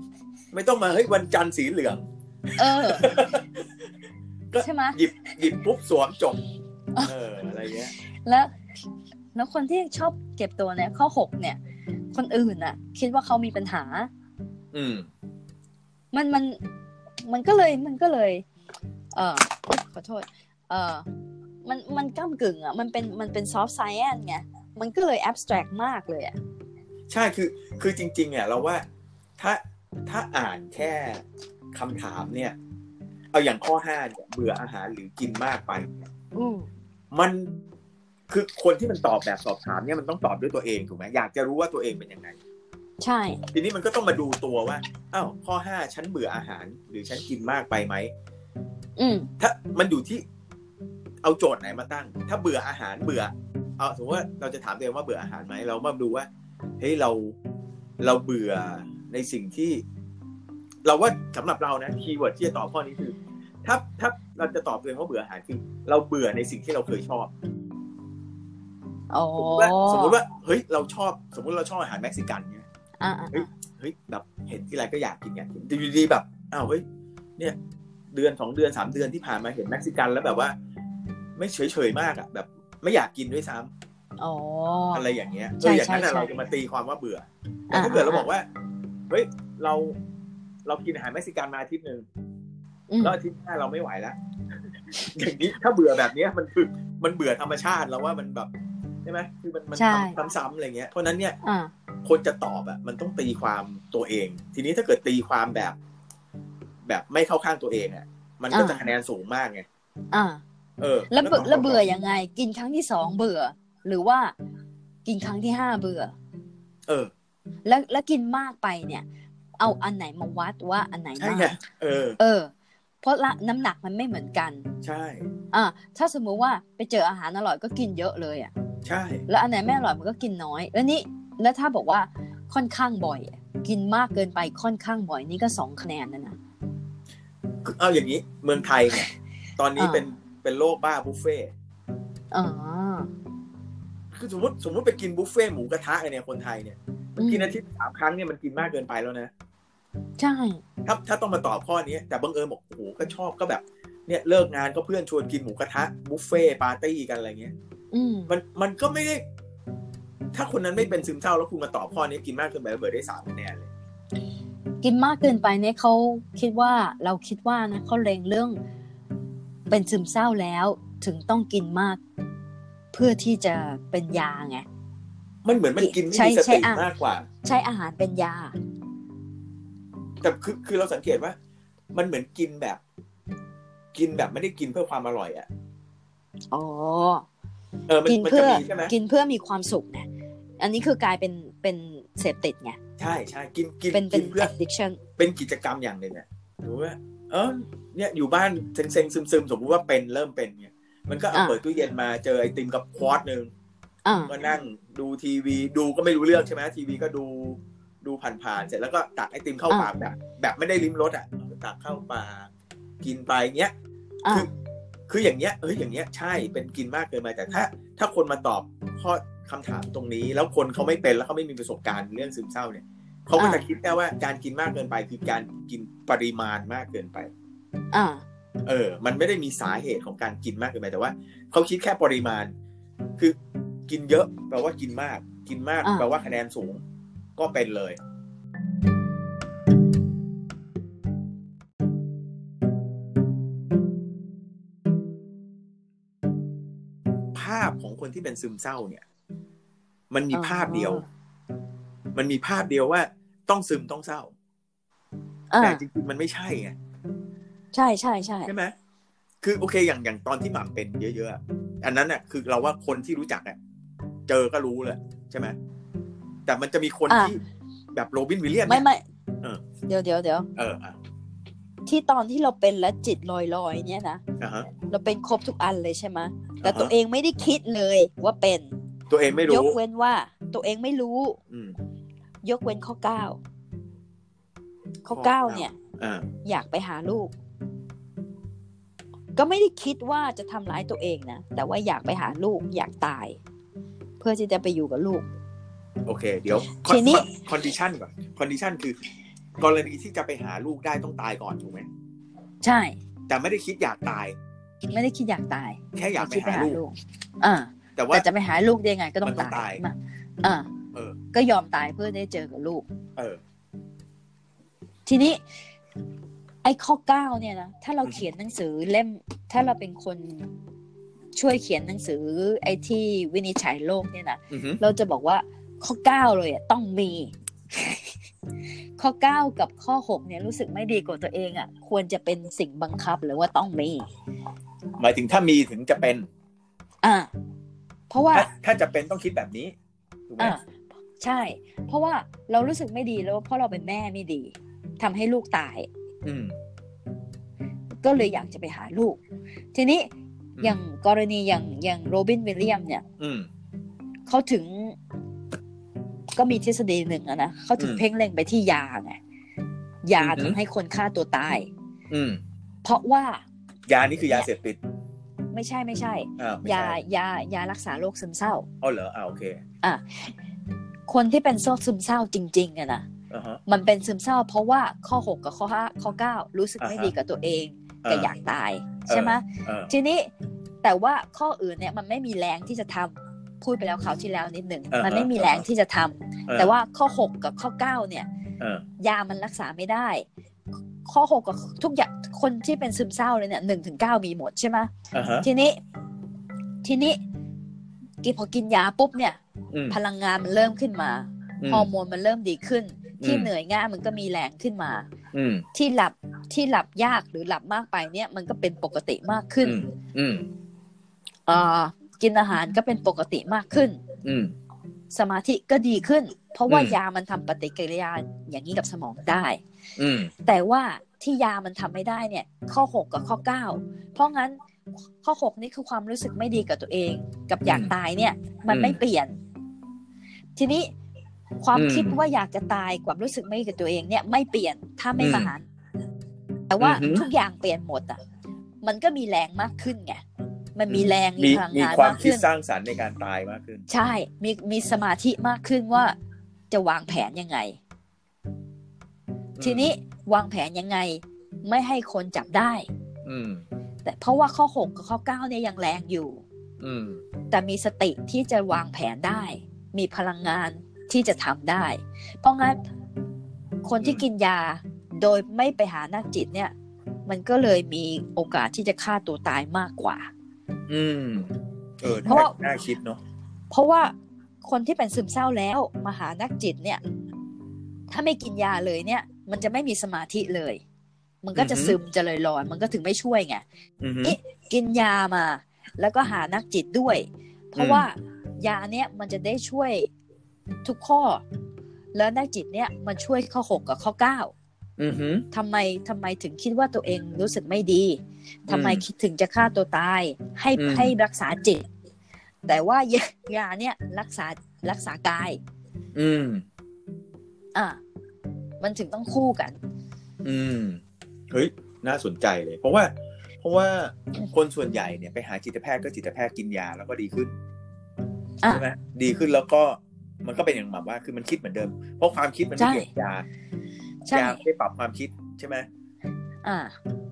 ไม่ต้องมาเฮ้ยวันจันทร์สีเหลือง เออ ก็ ใช่ไหม หยิบหยิบปุ๊บสวมจบเอออะไรเงี้ย แล้วแล้วคนที่ชอบเก็บตัวเนี่ยข้อหกเนี่ย คนอื่นน่ะ คิดว่าเขามีปัญหา อืม มันมันมันก็เลยมันก็เลย เอออุ๊ยขอโทษ เออมันมันก้ากึ่งอ่ะมันเป็นมันเป็นซอฟต์ไซแอนไงมันก็เลยแอบสแตรกมากเลยอ่ะ ใช่คือคือจริง ๆอ่ะเราว่าถ้าถ้าอ่านแค่คำถามเนี่ย เอาอย่างข้อห้าเนี่ยเบื่ออาหารหรือกินมากไป อืม มันคือคนที่มันตอบแบบสอบถามเนี่ยมันต้องตอบด้วยตัวเองถูกไหมอยากจะรู้ว่าตัวเองเป็นยังไง ใช่ ทีนี้มันก็ต้องมาดูตัวว่าอ้าวข้อห้าฉันเบื่ออาหาร หรือฉันกินมากไปไหม อืม ถ้ามันอยู่ที่เอาโจทย์ไหนมาตั้ง ถ้าเบื่ออาหารเบื่อ เอาสมมติว่าเราจะถามตัวเองว่าเบื่ออาหารไหมเรามาดูว่าเฮ้ยเราเราเบื่อในสิ่งที่ เราว่าสำหรับเรานะคีย์เวิร์ดที่จะตอบข้อนี้คือ ถ้าถ้าเราจะตอบตัวเองว่าเบื่ออาหารคือเราเบื่อในสิ่งที่เราเคยชอบ อ๋อ สมมติว่าสมมติว่าเฮ้ยเราชอบสมมติเราชอบอาหารเม็กซิกันเนี่ย อ่ะอ่ะอ่ะ เฮ้ยแบบเห็นที่ไรก็อยากกินไงอยู่ดีๆแบบอ้าวเฮ้ยเนี่ย เดือนสองเดือนสามเดือนที่ผ่านมาเห็นเม็กซิกันแล้วแบบว่า ไม่เฉยๆมากอะแบบ ไม่อยากกินด้วยซ้ อ๋อ ำอะไรอย่างเงี้ยเอ ใช่ ออย่างนั้นอะ ใช่ เราจะมาตีความว่าเบื่อแต่ถ้าเกิดเรา อ่า บอกว่าเฮ้ยเราเรากินอาหารเม็กซิกันมาอาทิตย์หนึ่ง อืม แล้วอาทิตย์หน้าเราไม่ไหวแล้ว อย่างนี้ถ้าเบื่อแบบเนี้ยมันคือมันเบื่อธรรมชาติแล้วว่ามันแบบใช่ไหมคือมันมันทำซ้ำๆอะไรเงี้ยเพราะฉะนั้นเนี่ย อ่า คนจะตอบอะมันต้องตีความตัวเอง ทีนี้ถ้าเกิดตีความแบบ แบบไม่เข้าข้างตัวเองอะมันก็จะคะแนนสูงมากไง อ่า เออ แล้วเบื่อ ก็ แล้วเบื่อยังไง กินครั้งที่สองเบื่อ หรือว่ากินครั้งที่ห้าเบื่อ เออ แล้วแล้วกินมากไปเนี่ย เอาอันไหนมาวัดว่าอันไหน ใช่ไง มาก เออ เออ เพราะละน้ำหนักมันไม่เหมือนกัน ใช่ อ่าถ้าสมมุติว่าไปเจออาหารอร่อยก็กินเยอะเลยอ่ะ ใช่ แล้วอันไหนไม่อร่อยมันก็กินน้อย แล้วนี่แล้วถ้าบอกว่าค่อนข้างบ่อยอะกินมากเกินไปค่อนข้างบ่อยนี่ก็สองคะแนนนั่นนะ คือเอาอย่างนี้เมืองไทยเนี่ยตอนนี้ อ่า เป็นเป็นโรคบ้าบุฟเฟ่ต์ อ๋อ คือสมมติสมมติไปกินบุฟเฟ่ต์หมูกระทะเนี่ยคนไทยเนี่ย อืม กินอาทิตย์สามครั้งเนี่ยมันกินมากเกินไปแล้วนะ ใช่ ถ้าถ้าต้องมาตอบข้อนี้ แต่บังเอิญบอกโอ้โหก็ชอบก็แบบเนี่ยเลิกงานก็เพื่อนชวนกินหมูกระทะบุฟเฟ่ต์ปาร์ตี้กันอะไรเงี้ย อืม มันมันก็ไม่ได้ ถ้าคนนั้นไม่เป็นซึมเศร้าแล้วคุณมาตอบข้อนี้กินมากเกินไปแล้วเบิร์ดได้สามคะแนนเลย กินมากเกินไปเนี่ยเขาคิดว่าเราคิดว่านะเขาเล็งเรื่องเป็นซึมเศร้าแล้วถึงต้องกินมาก เพื่อที่จะเป็นยาไง มันเหมือนมันกินไม่ ใช่ มีส ใช่ ติ อ่ะ มากกว่า ใช้อาหารเป็นยา แต่คือคือเราสังเกตว่า มันเหมือนกินแบบ กินแบบไม่ได้กินเพื่อความอร่อยอ่ะ อ๋อ เออมัน กิน มัน เพื่ จะ อ มีใช่ไหม กินเพื่อมีความสุขไงอันนี้คือกลายเป็นเป็นเสพติดไง ใช่ใช่กินกิน เป็นเป็ กิ น นเพื่อ addiction เป็นกิจกรรมอย่างหนึ่งอะหรือว่า เออ เนี่ย อยู่บ้านเซ็งๆซึมๆ สมมติว่าเป็นเริ่มเป็นเนี่ย มันก็เอา อ่ะ เปิดตู้เย็นมาเจอไอติมกับควอตหนึ่ง อ่า ก็นั่งดูทีวีดูก็ไม่รู้เรื่องใช่ไหมทีวีก็ดูดูผ่านๆ เสร็จแล้วก็ตักไอติมเข้าปากแบบ แบบไม่ได้ลิ้มรสอ่ะตักเข้าปากกินไปเงี้ย อ่า คือคืออย่างเงี้ยเอ้ยอย่างเงี้ยใช่เป็นกินมากเกินไปแต่ถ้า ถ้าคนมาตอบข้อคำถามตรงนี้ แล้วคนเขาไม่เป็นแล้วเขาไม่มีประสบการณ์เรื่องซึมเศร้าเนี่ยเขาก็จะคิดแค่ว่าการกินมากเกินไปคือการกินปริมาณมากเกินไป อ่า เออ มันไม่ได้มีสาเหตุของการกินมากเกินไปแต่ว่าเขาคิดแค่ปริมาณ คือกินเยอะแปลว่ากินมาก กินมากแปลว่าคะแนนสูง ก็เป็นเลย ภาพของคนที่เป็นซึมเศร้าเนี่ย มันมีภาพเดียว มันมีภาพเดียวว่า ต้องซึมต้องเศร้า อ่า แต่จริงๆมันไม่ใช่ไง ใช่ใช่ใช่ ใช่ไหม คือโอเคอย่างอย่างตอนที่หม่ำเป็นเยอะๆอะอันนั้นน่ะคือเราว่าคนที่รู้จักอ่ะเจอก็รู้เลยใช่ไหม แต่มันจะมีคนที่แบบโรบินวิลเลียม ไม่ เนี่ย ไม่ เออ เดี๋ยวเดี๋ยวเดี๋ยว เอออ่ะ ที่ตอนที่เราเป็นแล้วจิตลอยลอยๆเนี่ยนะ อ่ะฮะ เราเป็นครบทุกอันเลยใช่ไหมแต่ อ่าฮะ ตัวเองไม่ได้คิดเลยว่าเป็น ตัวเองไม่ ยก รู้ เว้นว่า ตัวเองไม่รู้ อืม ยกเว้นข้อเก้าข้อ ข้อ เก้า เก้า เนี่ย อ่า อยากไปหาลูก ก็ไม่ได้คิดว่าจะทำร้ายตัวเองนะ แต่ว่าอยากไปหาลูกอยากตาย เพื่อที่จะไปอยู่กับลูก โอเค เดี๋ยว ทีนี้ คอนดิชันก่อนคอนดิชันคือกรณีที่จะไปหาลูกได้ต้องตายก่อนถูกไหม ใช่ แต่ไม่ได้คิดอยากตาย ไม่ได้คิดอยากตาย แค่อยากไป คิด หาลูก อ่า แต่ว่า แต่จะไปหาลูกได้ยังไงก็ต้อง มันต้อตางย ตาย มาอ่า เออ ก็ยอมตายเพื่อได้เจอกับลูก เออ ทีนี้ ไอ้ข้อเก้าเนี่ยนะถ้าเรา อืม เขียนหนังสือเล่ม ถ้าเราเป็นคนช่วยเขียนหนังสือ ไอ้ที่วินิจฉัยโรคเนี่ยนะ อือฮึ เราจะบอกว่าข้อ 9 เลยอ่ะต้องมี ข้อ 9 กับข้อ 6 เนี่ยรู้สึกไม่ดีกว่าตัวเองอ่ะ ควรจะเป็นสิ่งบังคับหรือว่าต้องมี หมายถึงถ้ามีถึงจะเป็น อ่า เพราะว่า ถ้าถ้าจะเป็นต้องคิดแบบนี้ถูกไหม อ่าใช่ เพราะว่าเรารู้สึกไม่ดีแล้วเพราะเราเป็นแม่ไม่ดีทำให้ลูกตาย อืม ก็เลยอยากจะไปหาลูก ทีนี้ ม อย่างกรณีอย่างอย่างโรบินวิลเลียมเนี่ย อืม เขาถึงก็มีทฤษฎีหนึ่งอะนะเขาถึง อืม เพ่งเล็งไปที่ยาไงยา อือหือ ทำให้คนฆ่าตัวตาย อืม เพราะว่าย านี่คือยาเสพติด ไม่ใช่ไม่ใช่ อ่าวไม่ ยา ใช่ ยายารักษาโรคซึมเศร้า อ๋อเหรออ่าโอเค คนที่เป็นโรคซึมเศร้าจริงๆอะนะ อ่าฮะ มันเป็นซึมเศร้า เพราะว่าข้อ 6 กับข้อ5ข้อ 9 รู้สึกไม่ อ่าฮะ ดีกับตัวเอง เอ ก็ อ อยากตาย ใช่ไหม เออ ทีนี้แต่ว่าข้ออื่นเนี่ยมันไม่มีแรงที่จะทำพูดไปแล้วคราวที่แล้วนิดหนึ่งมันไม่มีแรงที่จะทำ เออ แต่ว่าข้อ 6 กับข้อ 9 เนี่ย เออย ามันรักษาไม่ได้ ข้อหกกับทุกอย่างคนที่เป็นซึมเศร้าเลยเนี่ยหนึ่งถึงเก้ามีหมดใช่ไหม อ่าฮะ ทีนี้ ทีนี้กินพอกินยาปุ๊บเนี่ย อืม พลังงานมันเริ่มขึ้นมา อืม ฮอร์โมนมันเริ่มดีขึ้น ที่ อืม เหนื่อยง่ายมันก็มีแรงขึ้นมา อืม ที่หลับที่หลับยากหรือหลับมากไปเนี่ย มันก็เป็นปกติมากขึ้น อืมอืม เอ่อกินอาหารก็เป็นปกติมากขึ้น อืม สมาธิก็ดีขึ้น เพราะว่า อืม ยามันทำปฏิกิริยาอย่างนี้กับสมองได้ อืม แต่ว่าที่ยามันทำไม่ได้เนี่ย ข้อ 6 กับข้อ 9 เพราะงั้นข้อ 6 นี่คือความรู้สึกไม่ดีกับตัวเอง กับอยากตายเนี่ย มันไม่เปลี่ยน ทีนี้ความคิดว่าอยากจะตายความรู้สึกไม่ดีกับตัวเองเนี่ยไม่เปลี่ยนถ้าไม่มาหารแต่ว่าทุกอย่างเปลี่ยนหมดอ่ะ มันก็มีแรงมากขึ้นไง มันมีแรง มี พลัง มี งาน ความ มาก คิด ขึ้น สร้างสรรค์ในการตายมากขึ้น ใช่ มีมีสมาธิมากขึ้นว่าจะวางแผนยังไง ทีนี้วางแผนยังไง ไม่ให้คนจับได้ อืม แต่เพราะว่าข้อ 6 กับข้อ 9 เนี่ยยังแรงอยู่ อืม แต่มีสติที่จะวางแผนได้ มีพลังงานที่จะทำได้ เพราะงั้นคนที่ อืม กินยาโดยไม่ไปหานักจิตเนี่ย มันก็เลยมีโอกาสที่จะฆ่าตัวตายมากกว่า อืม เออ เพราะว่า น่าคิดเนาะ เพราะว่าคนที่เป็นซึมเศร้าแล้วมาหานักจิตเนี่ย ถ้าไม่กินยาเลยเนี่ย มันจะไม่มีสมาธิเลย มันก็จะ อือฮึ ซึมจะเลยลอยมันก็ถึงไม่ช่วยไง อืม เอ๊ะ กินยามา แล้วก็หานักจิตด้วย เพ อื ราะ ม ว่ายาเนี้ยมันจะได้ช่วยทุกข้อ แล้วนักจิตเนี้ยมันช่วยข้อหกกับข้อเก้า อืม ทำไมทำไมถึงคิดว่าตัวเองรู้สึกไม่ดีทำไม อืม คิดถึงจะฆ่าตัวตาย ให้ อืม ให้รักษาจิต แต่ว่าย ายาเนี้ยรักษารักษากาย อืม อ่ะมันถึงต้องคู่กัน อืม เฮ้ย น่าสนใจเลย เพราะว่า เพราะว่าคนส่วนใหญ่เนี่ยไปหาจิตแพทย์ก็จิตแพทย์กินยาแล้วก็ดีขึ้น อ่ะ ใช่ไหมดีขึ้นแล้วก็มันก็เป็นอย่างหม่ำว่าคือมันคิดเหมือนเดิม เพราะความคิดมันไม่เกี่ยวกับยา ใช่ ยาไม่ได้ปรับความคิดใช่ไหม อ่ะ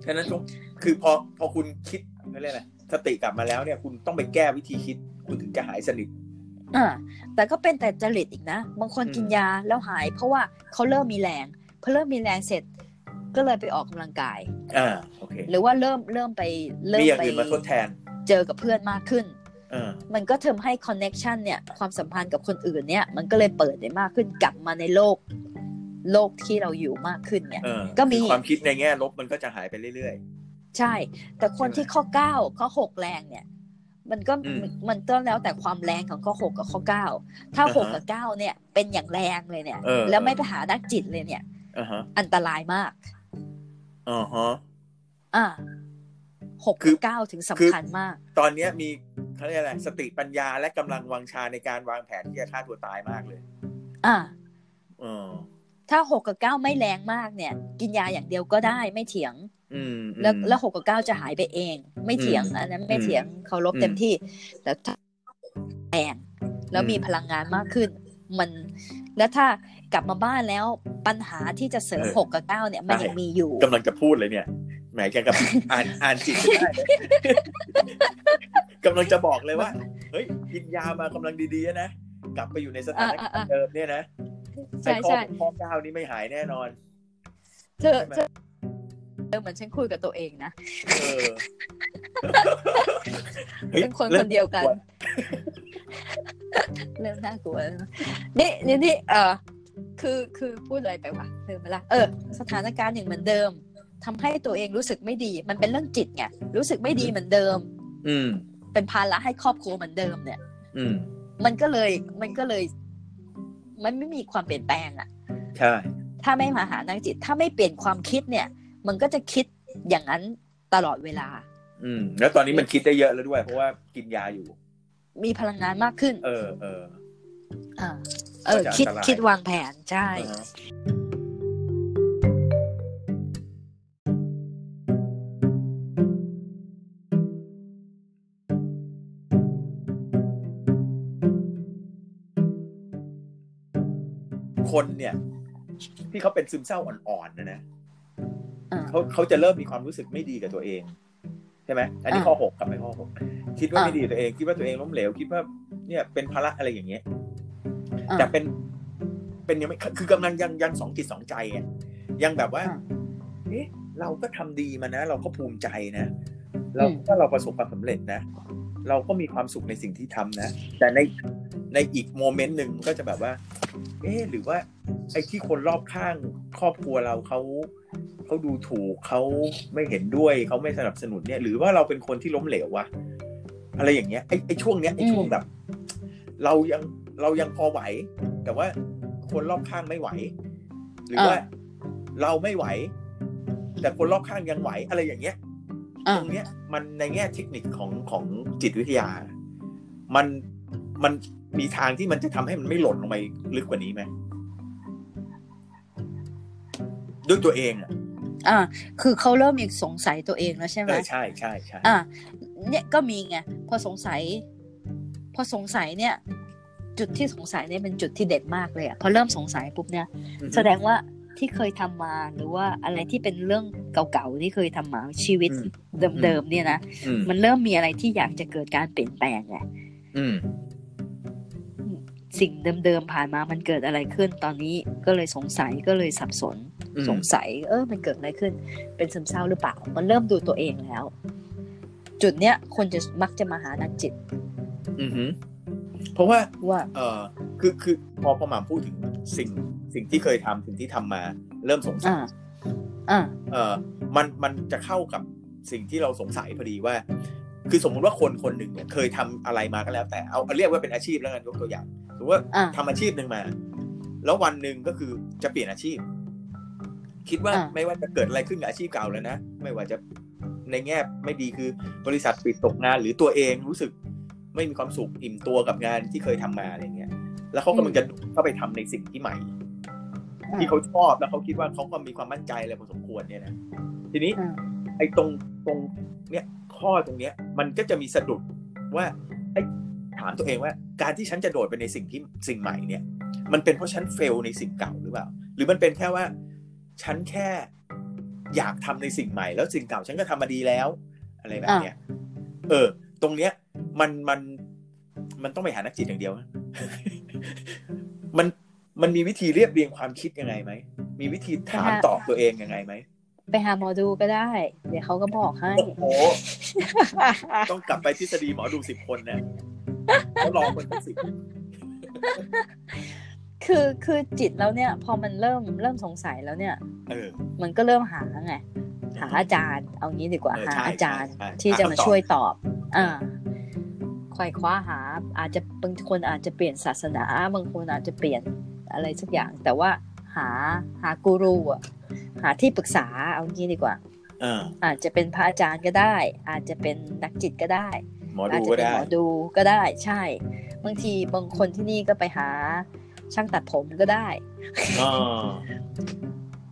ฉะนั้นช่วงคือพอพอคุณคิดเขาเรียกอะไรสติกลับมาแล้วเนี่ย คุณต้องไปแก้วิธีคิด คุณถึงจะหายสนิท อ่ะแต่ก็เป็นแต่จริตอีกนะ บางคน อืม กินยาแล้วหาย เพราะว่าเขาเริ่มมีแรงพอเริ่มมีแรงเสร็จ ก็เลยไปออกกำลังกาย อ่าโอเค หรือว่าเริ่มเริ่มไปเริ่ มี ม อย่าง ไป อื่นมาทดแทน เจอกับเพื่อนมากขึ้น อ่า มันก็ทำให้คอนเน็ชันเนี่ยความสัมพันธ์กับคนอื่นเนี่ย มันก็เลยเปิดได้มากขึ้นกลับมาในโลก โลกที่เราอยู่มากขึ้นเนี่ย เออ ก็มี คือความคิดในแง่ลบมันก็จะหายไปเรื่อย ใช่ แต่คนที่ข้อเก้าข้อหกแรงเนี่ย มันก็ อืม มันก็แล้วแต่ความแรงของข้อหกกับข้อเก้าถ้า อ่าฮะ หกกับเก้าเนี่ย เป็นอย่างแรงเลยเนี่ย เออ แล้วไม่ไปหาดักจิตเลยเนี่ย ๆอ่าฮะ อันตรายมาก อ่าฮะ อ่าหก คื กับ อ เก้าถึงสำคัญมาก ตอนเนี้ยมีเขาเรียกอะไรสติปัญญาและกำลังวังชาในการวางแผนที่จะฆ่าตัวตายมากเลย อ่า เออ ถ้าหกกับเก้าไม่แรงมากเนี่ย กินยาอย่างเดียวก็ได้ไม่เถียง อืมอืม แล้วแล้วหกกับเก้าจะหายไปเอง ไม่เถียงอันนั้นไม่เถียงเคารพ อืม เต็มที่แล้วถ้าแรงแล้ว อืม มีพลังงานมากขึ้น มัน แล้วถ้ากลับมาบ้านแล้วปัญหาที่จะเสริมหกกับเก้าเนี่ยมันยังมีอยู่ กำลังจะพูดเลยเนี่ยแหมแกกับ อ่านอ่านจิตไม่ได้เลยกำลังจะบอกเลยว่า เฮ้ยกินยามากำลังดีๆนะ กลับไปอยู่ในสถานการ อ่าๆณ์ๆ เดิมเนี่ยนะไอ้ ใช่ ข้อ ใช่ ข้อเก้านี่ไม่หายแน่นอน เธอเธอเธอเหมือนฉันคุยกับตัวเองนะ เอ อ เป็นคน ฮ้ คนเดียวกัน เริ่มน่ากลัวแล้วนี่นี่นี่เออคือคือพูดอะไรไปวะลืมไปละเออ สถานการณ์อย่างเหมือนเดิมทำให้ตัวเองรู้สึกไม่ดี มันเป็นเรื่องจิตไงรู้สึกไม่ดีเหมือนเดิม อืม เป็นภาระให้ครอบครัวเหมือนเดิมเนี่ย อืม มันก็เลยมันก็เลย มันไม่มีความเปลี่ยนแปลงอะ ใช่ ถ้าไม่มาหานักจิต ถ้าไม่เปลี่ยนความคิดเนี่ย มันก็จะคิดอย่างนั้นตลอดเวลา อืม แล้วตอนนี้มันคิดได้เยอะแล้วด้วย เพราะว่ากินยาอยู่ มีพลังงานมากขึ้น เออ เออ อ่าเออ ก็จะ คิด อันตราย คิดวางแผนใช่ อ่าฮะคนเนี่ย ที่เขาเป็นซึมเศร้าอ่อนๆนะนะ อ่า เขาเขาจะเริ่มมีความรู้สึกไม่ดีกับตัวเองใช่ไหมอันนี้ อ่า ข้อหกกลับไปข้อหกคิดว่า อ่า ไม่ดีกับตัวเอง คิดว่าตัวเองล้มเหลว คิดว่าเนี่ยเป็นภาระอะไรอย่างเงี้ย อ่า แต่เป็น เป็นยังไม่คือกำลังยังยังสองจิตสองใจอะยังแบบว่า อ่า เอ๊ะเราก็ทำดีมานะ เราก็ภูมิใจนะ เราถ้าเราประสบความสำเร็จนะ เราก็มีความสุขในสิ่งที่ทำนะ แต่ในในอีกโมเมนต์หนึ่งมันก็จะแบบว่า เอ๊ะหรือว่า ไอ้ที่คนรอบข้างครอบครัวเราเขาเขาดูถูกเขาไม่เห็นด้วยเขาไม่สนับสนุนเนี่ย หรือว่าเราเป็นคนที่ล้มเหลววะอะไรอย่างเงี้ยไอ้ไอ้ช่วงเนี้ยไอ้ช่วง อืม แบบ เรายังเรายังพอไหว แต่ว่าคนรอบข้างไม่ไหว หรือว่า เราไม่ไหว แต่คนรอบข้างยังไหวอะไรอย่างเงี้ย อ่า ตรงเนี้ยมันในแง่เทคนิคของของจิตวิทยา มันมันมีทางที่มันจะทำให้มันไม่หล่นลงไปลึกกว่านี้ไหมด้วยตัวเองอ่ะ อ่า คือเขาเริ่มมีสงสัยตัวเองแล้วใช่ไห เอ ม อใช่ใช่ใช่ อ่า เนี่ยก็มีไงพอสงสัย พอสงสัยเนี่ย จุดที่สงสัยเนี่ยเป็นจุดที่เด็ดมากเลยอะพอเริ่มสงสัยปุ๊บเนี่ย แสดงว่าที่เคยทำมาหรือว่าอะไรที่เป็นเรื่องเก่าๆที่เคยทำมาชีวิต อืม เดิมๆเนี่ยนะ อืม มันเริ่มมีอะไรที่อยากจะเกิดการเปลี่ยนแปลงไง อืม สิ่งเดิมๆผ่านมามันเกิดอะไรขึ้นตอนนี้ก็เลยสงสัยก็เลยสับสน อืม สงสัย เออมันเกิดอะไรขึ้น เป็นซึมเศร้าหรือเปล่า มันเริ่มดูตัวเองแล้ว จุดเนี้ยคนจะมักจะมาหานักจิต อืมฮึเพราะว่า ว่า เออคือคือพอพอหม่ำพูดถึงสิ่งสิ่งที่เคยทำสิ่งที่ทำมา เริ่มสงสัย อ่า อ่า เออมันมันจะเข้ากับสิ่งที่เราสงสัยพอดีว่า คือสมมุติว่าคนคนหนึ่งเนี่ยเคยทำอะไรมาก็แล้วแต่เอาเอาเรียกว่าเป็นอาชีพแล้วกันยกตัวอย่างสมมติว่า อ่า ทำอาชีพหนึ่งมา แล้ววันหนึ่งก็คือจะเปลี่ยนอาชีพ คิดว่า อ่า ไม่ว่าจะเกิดอะไรขึ้นกับอาชีพเก่าแล้วนะไม่ว่าจะในแง่ไม่ดีคือบริษัทปิดตกงานหรือตัวเองรู้สึกไม่มีความสุขอิ่มตัวกับงานที่เคยทำมาอะไรเงี้ย แล้วเขากำลังจะเข้าไปทำในสิ่งที่ใหม่ อ่า ที่เขาชอบแล้วเขาคิดว่าเขาก็มีความมั่นใจอะไรพอสมควรเนี่ยนะทีนี้ อ่า ไอ้ตรงตรงเนี้ยข้อตรงเนี้ย มันก็จะมีสะดุดว่าไอ้ถามตัวเองว่า การที่ฉันจะโดดไปในสิ่งที่สิ่งใหม่เนี่ย มันเป็นเพราะฉันเฟลในสิ่งเก่าหรือเปล่า หรือมันเป็นแค่ว่า ฉันแค่อยากทำในสิ่งใหม่ แล้วสิ่งเก่าฉันก็ทำมาดีแล้ว อะไรแบบเนี้ยเออ ตรงเนี้ย มันมันมันต้องไปหานักจิตอย่างเดียวนะ มันมันมีวิธีเรียบเรียงความคิดยังไงไหม มีวิธีถาม ค่ะ ตอบตัวเองยังไงไหม ไปหาหมอดูก็ได้ เดี๋ยวเขาก็บอก ให้ โอ้โห ต้องกลับไปทฤษฎีหมอดูสิบคนนะแล้วลองคนที่สิบ คือคือจิตเราเนี่ย พอมันเริ่มเริ่มสงสัยแล้วเนี่ย เออ มันก็เริ่มหาไง หาอาจารย์ เอางี้ดีกว่า เออ หา ใช่ อาจารย์ ใช่ใช่ ที่จะ หามาคำตอบ ช่วยตอบอ่าคอยคว้าหา อาจจะบางคนอาจจะเปลี่ยนศาสนาบางคนอาจจะเปลี่ยนอะไรสักอย่าง แต่ว่าหาหากูรูอะหาที่ปรึกษาเอางี้ดีกว่า เออ อาจจะเป็นพระอาจารย์ก็ได้ อาจจะเป็นนักจิตก็ได้ หมอ อา ดู จจะ ก็ เป็น ได้ หมอดูก็ได้ ใช่ บางทีบางคนที่นี่ก็ไปหาช่างตัดผมก็ได้ อ๋อ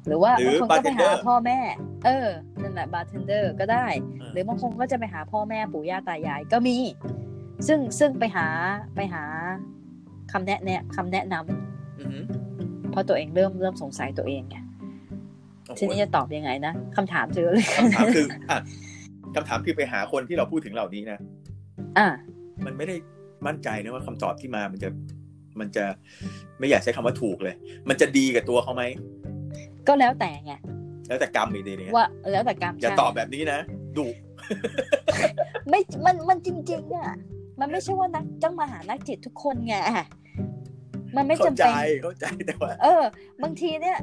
หรือว่า หรื บาง อ คนก็ไปหา bartender พ่อแม่ เออนั่นแหละบาร์เทนเดอร์ก็ได้ อ่า หรือบางคนก็จะไปหาพ่อแม่ปู่ย่าตายายก็มี ซึ่งซึ่งไปหาไปหาคำแนะแนะคำแนะนำ อือหือ เพราะตัวเองเริ่มเริ่มสงสัยตัวเองไง โอ้โห ทีนี้จะตอบยังไงนะคำถามเธอเลย คำถามคืออ่ะคำถามคือไปหาคนที่เราพูดถึงเหล่านี้นะ อ่ะ มันไม่ได้มั่นใจนะว่าคำตอบที่มามันจะมันจะไม่อยากใช้คำว่าถูกเลย มันจะดีกับตัวเขาไหม ก็แล้วแต่ไง แล้วแต่กรรมอีกทีนึง ว่าแล้วแต่กรรม อย่า ใช่ ตอบแบบนี้นะดุ ไม่ มัน มันจริงๆอ่ะ มันไม่ใช่ว่านักจ้องมาหานักจิตทุกคนไงอะมันไม่จำ เข้าใจ เป็น เข้าใจแต่ว่า เออ บางทีเนี่ย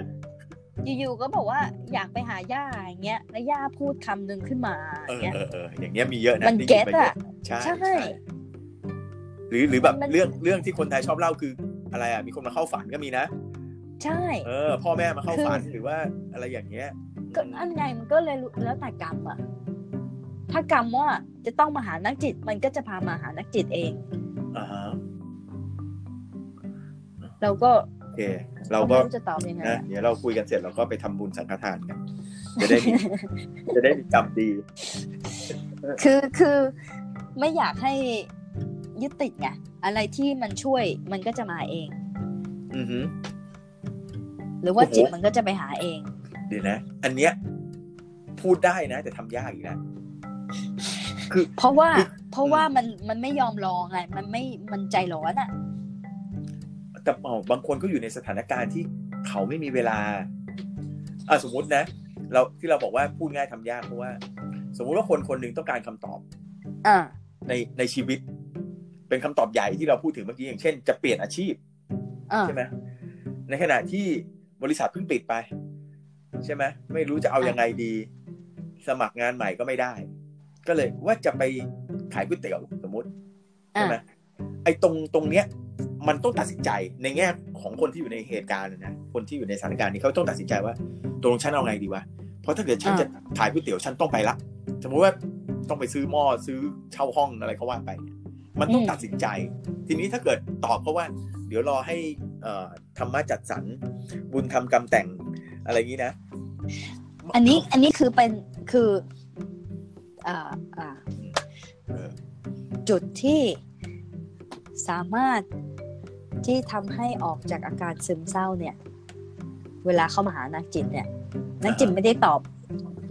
อยู่ๆ ก็บอกว่าอยากไปหาย่าอย่างเงี้ย แล้วย่าพูดคำหนึ่งขึ้นมาอ เออย่าง เงี้ย เออเอออย่างเงี้ยมีเยอะนะ มัน ที่ เก็ต ไปย อ่ะ ใช่ ใช่ ใช่ หรือหรือแบบ มัน เรื่องเรื่องที่คนไทยชอบเล่าคืออะไรอ่ะมีคนมาเข้าฝันก็มีนะ ใช่ เออ พ่อแม่มาเข้าฝัน คือ หรือว่าอะไรอย่างเงี้ย ก็ อืม อันไงมันก็เลยรู้แล้วแต่กรรมอ่ะ ถ้ากรรมว่าจะต้องมาหานักจิต มันก็จะพามาหานักจิตเอง อ่าฮะ เราก็ โอเค เราก็ ไม่รู้จะตอบยังไง นะ อะ เดี๋ยวเราคุยกันเสร็จเราก็ไปทำบุญสังฆทาน กันจะได้มีจะได้มีกรรมดี คือคือไม่อยากให้ยึดติดไง อะไรที่มันช่วยมันก็จะมาเอง อือฮึ หรือว่า โอ้โห จิตมันก็จะไปหาเอง เดี๋ยวนะ อันเนี้ยพูดได้นะแต่ทำยากอีกนะ คือ เพราะว่า คือ เพราะว่ามันมันไม่ยอมลองไงมันไม่มันใจร้อนอ่ะ แต่เอ่อบางคนก็อยู่ในสถานการณ์ที่เขาไม่มีเวลาอ่ะสมมตินะ เราที่เราบอกว่าพูดง่ายทำยากเพราะว่า สมมุติว่าคนคนหนึ่งต้องการคำตอบ อ่า ในในชีวิต เป็นคำตอบใหญ่ที่เราพูดถึงเมื่อกี้อย่างเช่น จะเปลี่ยนอาชีพ อ่า ใช่ไหมในขณะที่บริษัทเพิ่งปิดไป ใช่ไหมไม่รู้จะเอายังไงดี สมัครงานใหม่ก็ไม่ได้ ก็เลยว่าจะไปขายก๋วยเตี๋ยวสมมติ ใช่ อ่า ไหมไอ้ตรงตรงเนี้ย มันต้องตัดสินใจในแง่ของคนที่อยู่ในเหตุการณ์นะคนที่อยู่ในสถานการณ์นี้เขาต้องตัดสินใจว่าตรงฉันเอาไงดีวะเพราะถ้าเกิดฉัน อ่า จะขายก๋วยเตี๋ยวฉันต้องไปละสมมติว่าต้องไปซื้อหม้อซื้อเช่าห้องอะไรเขาว่าไปเนี่ยมันต้องตัดสินใจ ทีนี้ถ้าเกิดตอบเขาว่า เดี๋ยวรอให้เอ่อธรรมะจัดสรรบุญทำกรรมแต่งอะไรอย่างนี้นะ อันนี้อันนี้คือเป็นคืออ่าอ่า จุดที่สามารถที่ทำให้ออกจากอาการซึมเศร้าเนี่ย เวลาเข้ามาหานักจิตเนี่ย นักจิตไม่ได้ตอบ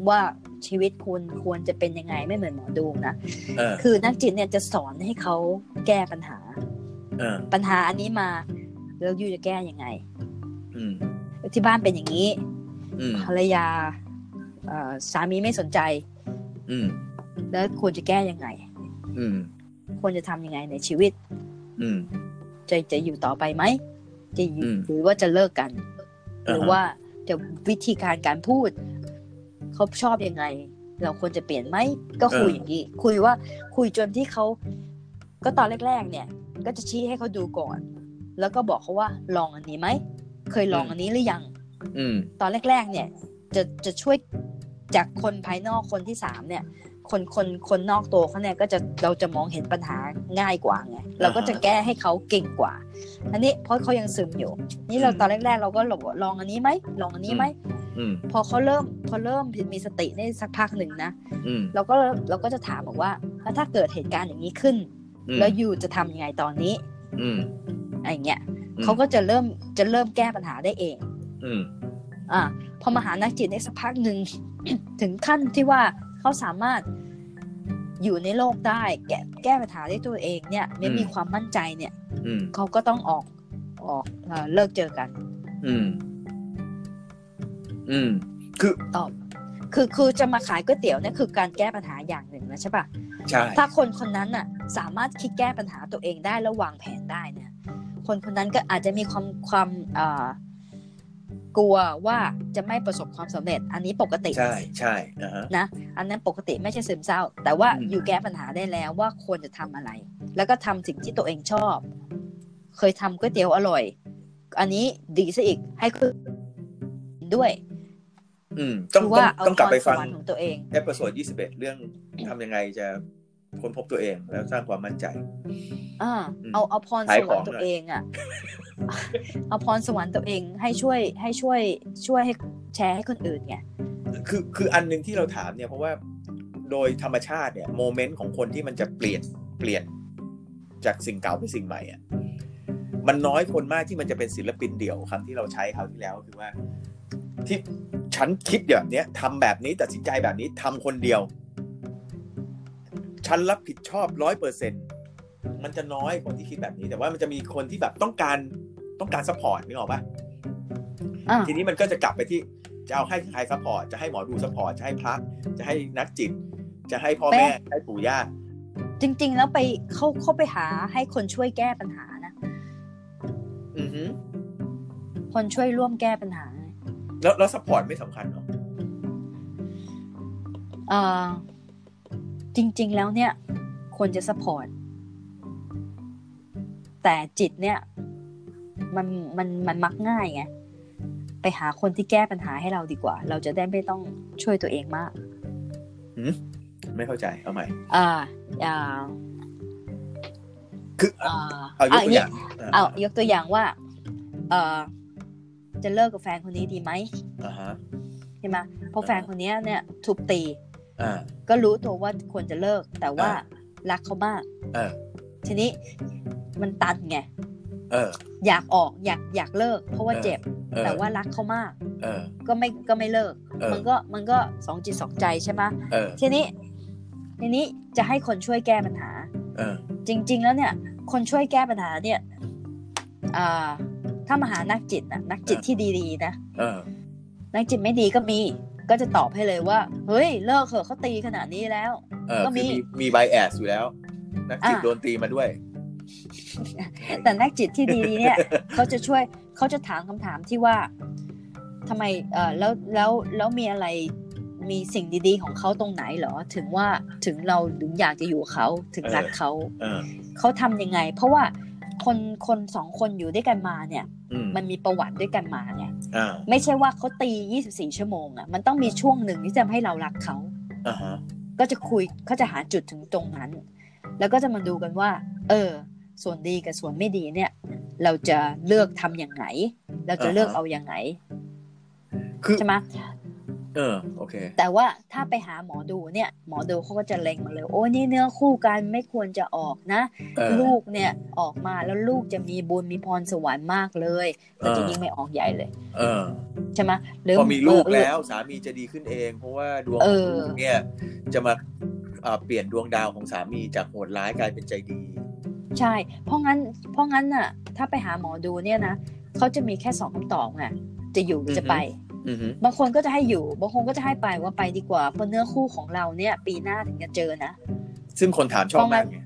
ว่าชีวิตคุณควรจะเป็นยังไงไม่เหมือนหมอดูนะ เออ คือนักจิตเนี่ยจะสอนให้เขาแก้ปัญหา เออ ปัญหาอันนี้มาแล้วยูจะแก้ยังไง อืม ที่บ้านเป็นอย่างนี้ อืม ภรรยาเอ่อสามีไม่สนใจ อืม แล้วควรจะแก้ยังไง อืม ควรจะทำยังไงในชีวิต อืม จะจะอยู่ต่อไปไหมจะอยู่ อืม หรือว่าจะเลิกกัน ห อ่าฮะ รือว่าจะวิธีการการพูดเขาชอบยังไง เราควรจะเปลี่ยนไหมก็คุยอย่างนี้คุยว่าคุยจนที่เขาก็ตอนแรก ๆ เนี่ย ก็จะชี้ให้เขาดูก่อน แล้วก็บอกเขาว่าลองอันนี้ไหมเคยลองอันนี้หรือยัง อืม ตอนแรก ๆ เนี่ย จะจะช่วยจากคนภายนอกคนที่สามเนี่ย คนคนคนนอกตัวเขาเนี่ยก็จะเราจะมองเห็นปัญหาง่ายกว่าไงเราก็จะแก้ให้เขาเก่งกว่า อันนี้เพราะเขายังซึมอยู่ นี่เราตอนแรก ๆ เราก็หลบลองอันนี้ไหมลองอันนี้ไหม อืม พอเขาเริ่มพอเริ่มมีสติได้สักพักหนึ่งนะ อืม เราก็เริ่มเราก็จะถามบอกว่าแล้วถ้าเกิดเหตุการณ์อย่างนี้ขึ้น อืม แล้วอยู่จะทำยังไงตอนนี้ อืม อะไรอย่างเงี้ย อืม เขาก็จะเริ่มจะเริ่มแก้ปัญหาได้เอง อืม อ่าพอมาหานักจิตได้สักพักหนึ่ง ถึงขั้นที่ว่าเขาสามารถอยู่ในโลกได้ แก้แก้ปัญหาได้ตัวเองเนี่ยไม่มีความมั่นใจเนี่ย อืม เขาก็ต้องออกออกเอ่อเลิกเจอกัน อืมอืมคือ ตอบคือคือจะมาขายก๋วยเตี๋ยวเนี่ยคือการแก้ปัญหาอย่างหนึ่งนะใช่ปะ ใช่ ถ้าคนคนนั้นน่ะสามารถคิดแก้ปัญหาตัวเองได้แล้ววางแผนได้เนี่ยคนคนนั้นก็อาจจะมีความความเอ่อกลัวว่าจะไม่ประสบความสำเร็จ อันนี้ปกติ ใช่ใช่นะฮะ อันนั้นปกติไม่ใช่ซึมเศร้า แต่ว่า อืม อยู่แก้ปัญหาได้แล้วว่าควรจะทำอะไร แล้วก็ทำสิ่งที่ตัวเองชอบ เคยทำก๋วยเตี๋ยวอร่อย อันนี้ดีซะอีกให้คือด้วย อืมต้อง คื ต้อ ว่าง เอา ต้องกลับไป พรส ฟัง วรรค์ของตัวเอง เอพิโซด21 เรื่องทำยังไงจะค้นพบตัวเองแล้วสร้างความมั่นใจ อ่า อืม เอาเอาพร ขา ส ยวข ร อ รง ค์ตั หวน่อย เองอะ เอาพรสวรรค์ตัวเองให้ช่วยให้ช่วยช่วยให้แชร์ให้คนอื่นไง คือคืออันหนึงที่เราถามเนี่ยเพราะว่าโดยธรรมชาติเนี่ยโมเมนต์ของคนที่มันจะเปลี่ยนเปลี่ยนจากสิ่งเก่าเป็นสิ่งใหม่อ่ะมันน้อยคนมากที่มันจะเป็นศิลปินเดี่ยวคำที่เราใช้คราวที่แล้วคือว่า ที่ฉันคิดแบบเนี้ยทำแบบนี้ตัดสินใจแบบนี้ทำคนเดียว ฉันรับผิดชอบร้อยเปอร์เซ็นมันจะน้อยคนที่คิดแบบนี้ แต่ว่ามันจะมีคนที่แบบต้องการต้องการซัพพอร์ตนึกออกปะ อ่า ทีนี้มันก็จะกลับไปที่จะเอาให้ใครซัพพอร์ตจะให้หมอดูซัพพอร์ตจะให้พระจะให้นักจิต จะให้พ่อแม่ให้ปู่ย่า จริง ๆ แล้วไปเขาเข้าไปหาให้คนช่วยแก้ปัญหานะ อือฮึ คนช่วยร่วมแก้ปัญหา แล้วแล้วซัพพอร์ตไม่สำคัญเหรอ เอ่อจริง ๆ แล้วเนี่ยควรจะสปอร์ตแต่จิตเนี่ยมันมันมันมักง่ายไงไปหาคนที่แก้ปัญหาให้เราดีกว่า เราจะได้ไม่ต้องช่วยตัวเองมาก ไม่เข้าใจเอาใหม่ อ่าอ่า คือ อ่า เอายก ย่งตัวอ นี้ ย่างะ เอายกตัวอย่างว่าเอ่อจะเลิกกับแฟนคนนี้ดีไหม อ่าฮะ ใช่ไหมเพราะแฟนคนเนี้ยเนี่ยถูกตี อ่า ก็รู้ตัวว่าควรจะเลิก แต่ว่า อ่า รักเขามาก เออ ทีนี้มันตันไง เออ อยากออกอยากอยากเลิก เพราะว่า เออ เจ็บ เออ แต่ว่ารักเขามาก เออ ก็ไม่ก็ไม่เลิก เออ มันก็มันก็สองจิตสองใจใช่ไหม เออ ทีนี้ทีนี้จะให้คนช่วยแก้ปัญหา เออ จริง ๆ แล้วเนี่ย คนช่วยแก้ปัญหาเนี่ยอ่าถ้ามาหานักจิตนะนักจิตที่ดีๆนะ เออ นักจิตไม่ดีก็มี ก็จะตอบให้เลยว่า เฮ้ยเลิกเถอะเขาตีขนาดนี้แล้ว เออ ก็มี คือมีมีไบแอสอยู่แล้ว นักจิต อ่ะ โดนตีมาด้วย แต่นักจิตที่ดีเนี่ย เขาจะช่วยเขาจะถามคำถามที่ว่าทำไมเออแล้วแล้วแล้วมีอะไรมีสิ่งดีๆของเขาตรงไหนเหรอ ถึงว่าถึงเราถึงอยากจะอยู่กับเขาถึงรัก เออ เขา เออ เขาทำยังไง เพราะว่าคนคนสองคนอยู่ด้วยกันมาเนี่ย อืม มันมีประวัติด้วยกันมาไง อ่า ไม่ใช่ว่าเขาตี 24 ชั่วโมงอะ่ะมันต้องมีช่วงหนึ่งที่จะให้เรารักเขา อ่าฮะ ก็จะคุยเขาจะหาจุดถึงตรงนั้น แล้วก็จะมาดูกันว่า เออ ส่วนดีกับส่วนไม่ดีเนี่ย เราจะเลือกทำอย่างไหน เราจะเลือกเอาอย่างไหน คือ ใช่ไหม เออ โอเค แต่ว่าถ้าไปหาหมอดูเนี่ย หมอดูเขาก็จะเล็งมาเลย โอ้ยนี่เนื้อคู่กันไม่ควรจะออกนะ เออ ลูกเนี่ยออกมาแล้วลูกจะมีบุญมีพรสวรรค์มากเลยก็จะยิ่งไม่ออกใหญ่เลย เออ ใช่ไหมหรื พอมีลูก เออ แล้วสามีจะดีขึ้นเอง เพราะว่าดวง เออ ของลูกเนี่ย จะมาอ่าเปลี่ยนดวงดาวของสามีจากโหดร้ายกลายเป็นใจดี ใช่ เพราะงั้น เพราะงั้นน่ะ ถ้าไปหาหมอดูเนี่ยนะเขาจะมีแค่สองคำตอบไงจะอยู่หรือจะไป อือฮึ บางคนก็จะให้อยู่ บางคนก็จะให้ไปว่าไปดีกว่า เพราะเนื้อคู่ของเราเนี่ย ปีหน้าถึงจะเจอนะ ซึ่งคนถามชอบมากไง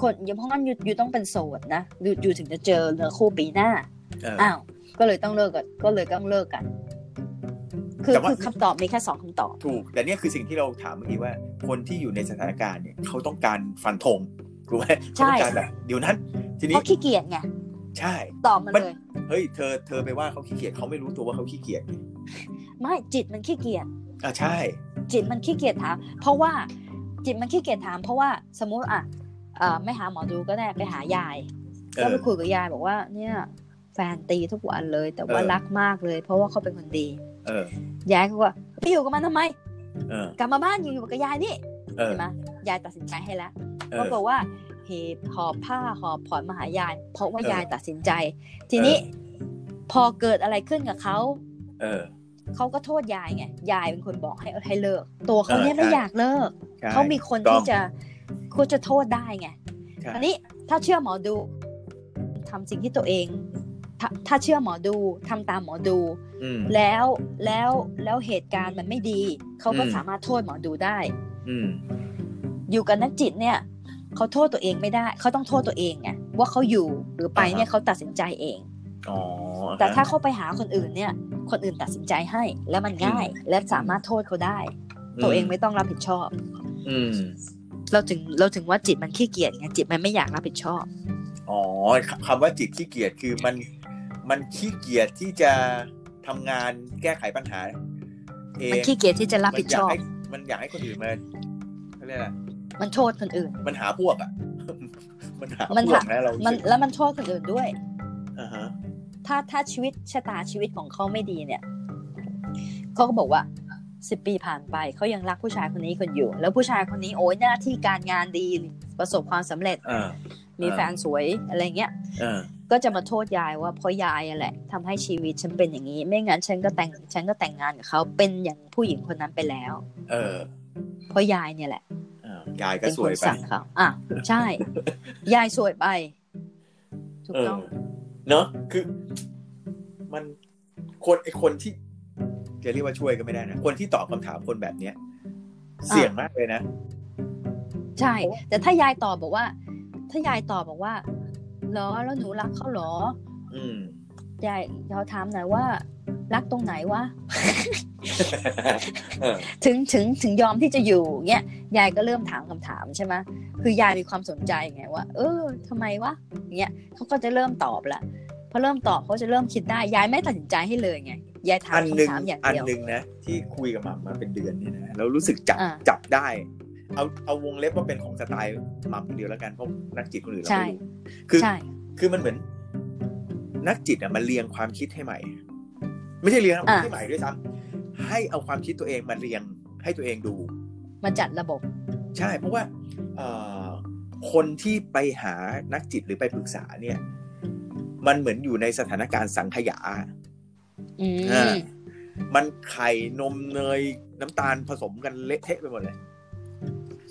คนอย่าเพราะงั้นอยู่อยู่ต้องเป็นโสดนะอยู่อยู่ถึงจะเจอเนื้อคู่ปีหน้า เออ อ้าว ก็เลยต้องเลิกกัน ก็เลยต้องเลิกกัน คือ แต่ว่า คือคำตอบมีแค่สองคำตอบ ถูก แต่เนี่ยคือสิ่งที่เราถามเมื่อกี้ว่า คนที่อยู่ในสถานการณ์เนี่ยเขาต้องการฟันธงถูกไหม ใช่ เขาต้องการแบบเดี๋ยวนั้น ที เพ นี้ ราะขี้เกียจไง ใช่ ตอบมัน มัน เลย เฮ้ยเธอเธอไปว่าเขาขี้เกียจเขาไม่รู้ตัวว่าเขาขี้เกียจไง ไม่จิตมันขี้เกียจ อ่ะใช่ จิตมันขี้เกียจถาม เพราะว่าจิตมันขี้เกียจถาม เพราะว่าสมมุติอ่ะเอ่อไม่หาหมอดูก็ได้ไปหายาย เอ ก็ อ ไปคุยกับยายบอกว่า เนี่ยแฟนตีทุกวันเลย แต่ว่า เออ รักมากเลย เพราะว่าเขาเป็นคนดี เออ ยายก็ว่าไปอยู่กับมันทำไม เออก ลับมาบ้านอยู่อยู่กับยายนี่ เออ ใช่ไหมยายตัดสินใจให้แล้ว เอ ป อ รากฏว่าเหบหอบผ้าหอบผ่อนมาหายาย เพราะเออยว่าายตัดสินใจ ทีนี้ พอเกิดอะไรขึ้นกับเขา เออ เขาก็โทษยายไงยายเป็นคนบอกให้ให้เลิก ตัวเขา เออ เนี่ยไม่ ใช่ อยากเลิก ใช่ เขามีคนที่จะเขาจะโทษได้ไง ใช่ อันนี้ถ้าเชื่อหมอดูทำสิ่งที่ตัวเองถ้าถ้าเชื่อหมอดูทำตามหมอดู อืม แล้วแล้วแล้วเหตุการณ์มันไม่ดี เขาก็ อืม สามารถโทษหมอดูได้ อืม อยู่กับนักจิตเนี่ยเขาโทษตัวเองไม่ได้ เขาต้องโทษตัวเองไงว่าเขาอยู่หรือไป อ่าฮะ เนี่ยเขาตัดสินใจเอง อ๋อ แต่ถ้า ฮะ เขาไปหาคนอื่นเนี่ย คนอื่นตัดสินใจให้ แล้วมันง่ายและสามารถโทษเขาได้ ตัวเองไม่ต้องรับผิดชอบ อืม เราถึงเราถึงว่าจิตมันขี้เกียจไงจิตมันไม่อยากรับผิดชอบ อ๋อคคำว่าจิตขี้เกียจคือมัน มันขี้เกียจที่จะทำงานแก้ไขปัญหาเอง มันขี้เกียจที่จะรับ มั ผิด อยา ช ก อบ ให้มันอยากให้คนอื่นมาเขาเรียกอะไร มันโทษคนอื่น มันหาพวกอ่ะ มันหา มัน พว หา กนะเรา มั มัน แล้วมันโทษคนอื่นด้วย อ่าฮะ ถ้าถ้าชีวิตชะตาชีวิตของเขาไม่ดีเนี่ยเขาก็บอกว่าสิบปีผ่านไปเขายังรักผู้ชายคนนี้คนอยู่ แล้วผู้ชายคนนี้โอ้ยหน้าที่การงานดีประสบความสำเร็จ อ่า มีแฟนสวยอะไรเงี้ย เออ ก็จะมาโทษยายว่าเพราะยายอะแหละทำให้ชีวิตฉันเป็นอย่างนี้ ไม่งั้นฉันก็แต่งฉันก็แต่งงานกับเขาเป็นอย่างผู้หญิงคนนั้นไปแล้ว เออ เพราะยายเนี่ยแหละ เออยายก็ เป็น ส ค วน ยไป สั่งเขาอ่ะ ใช่ ยายสวยไป ถูก เออ ต้อง เนอะคือ มันคนไอคนที่จะเรียกว่าช่วยก็ไม่ได้นะ คนที่ตอบคำถามคนแบบเนี้ย อ่า เสี่ยงมากเลยนะ ใช่ แต่ถ้ายายตอบบอกว่า ถ้ายายตอบบอกว่าเหรอแล้วหนูรักเขาเหรอ อืม ยายเขาถามหน่อยว่า รักตรงไหนวะ เออ ถึงถึงถึงยอมที่จะอยู่เงี้ย ยายก็เริ่มถามคำถามใช่ไหมคือยายมีความสนใจไงว่า เออทำไมวะเงี้ยเขาก็จะเริ่มตอบละพอเริ่มตอบเขาจะเริ่มคิดได้ ยายไม่ตัดสินใจให้เลยไง ยายถาม อันหนึ่ง คำถามอย่าง อัน เดียว หนึ่งนะ ที่คุยกับหมัมมาเป็นเดือนเนี่ยนะแล้วรู้สึกจับ อ่า จับได้ เอาเอาวงเล็บว่าเป็นของสไตล์หมัมคนเดียวแล้วกันเพราะนักจิตคนอื่นเรา ใช่ ไม่รู้คือ ใช่ คือมันเหมือน นักจิตอ่ะมันเรียงความคิดให้ใหม่ ไม่ใช่เรียงนะ อ่า ให้ใหม่ด้วยซ้ำให้เอาความคิดตัวเองมาเรียงให้ตัวเองดู มาจัดระบบ ใช่ เพราะว่าเอ่อคนที่ไปหานักจิตหรือไปปรึกษาเนี่ย มันเหมือนอยู่ในสถานการณ์สังขยา อื อ่า ม มันไข่นมเนยน้ำตาลผสมกันเละเทะไปหมดเลย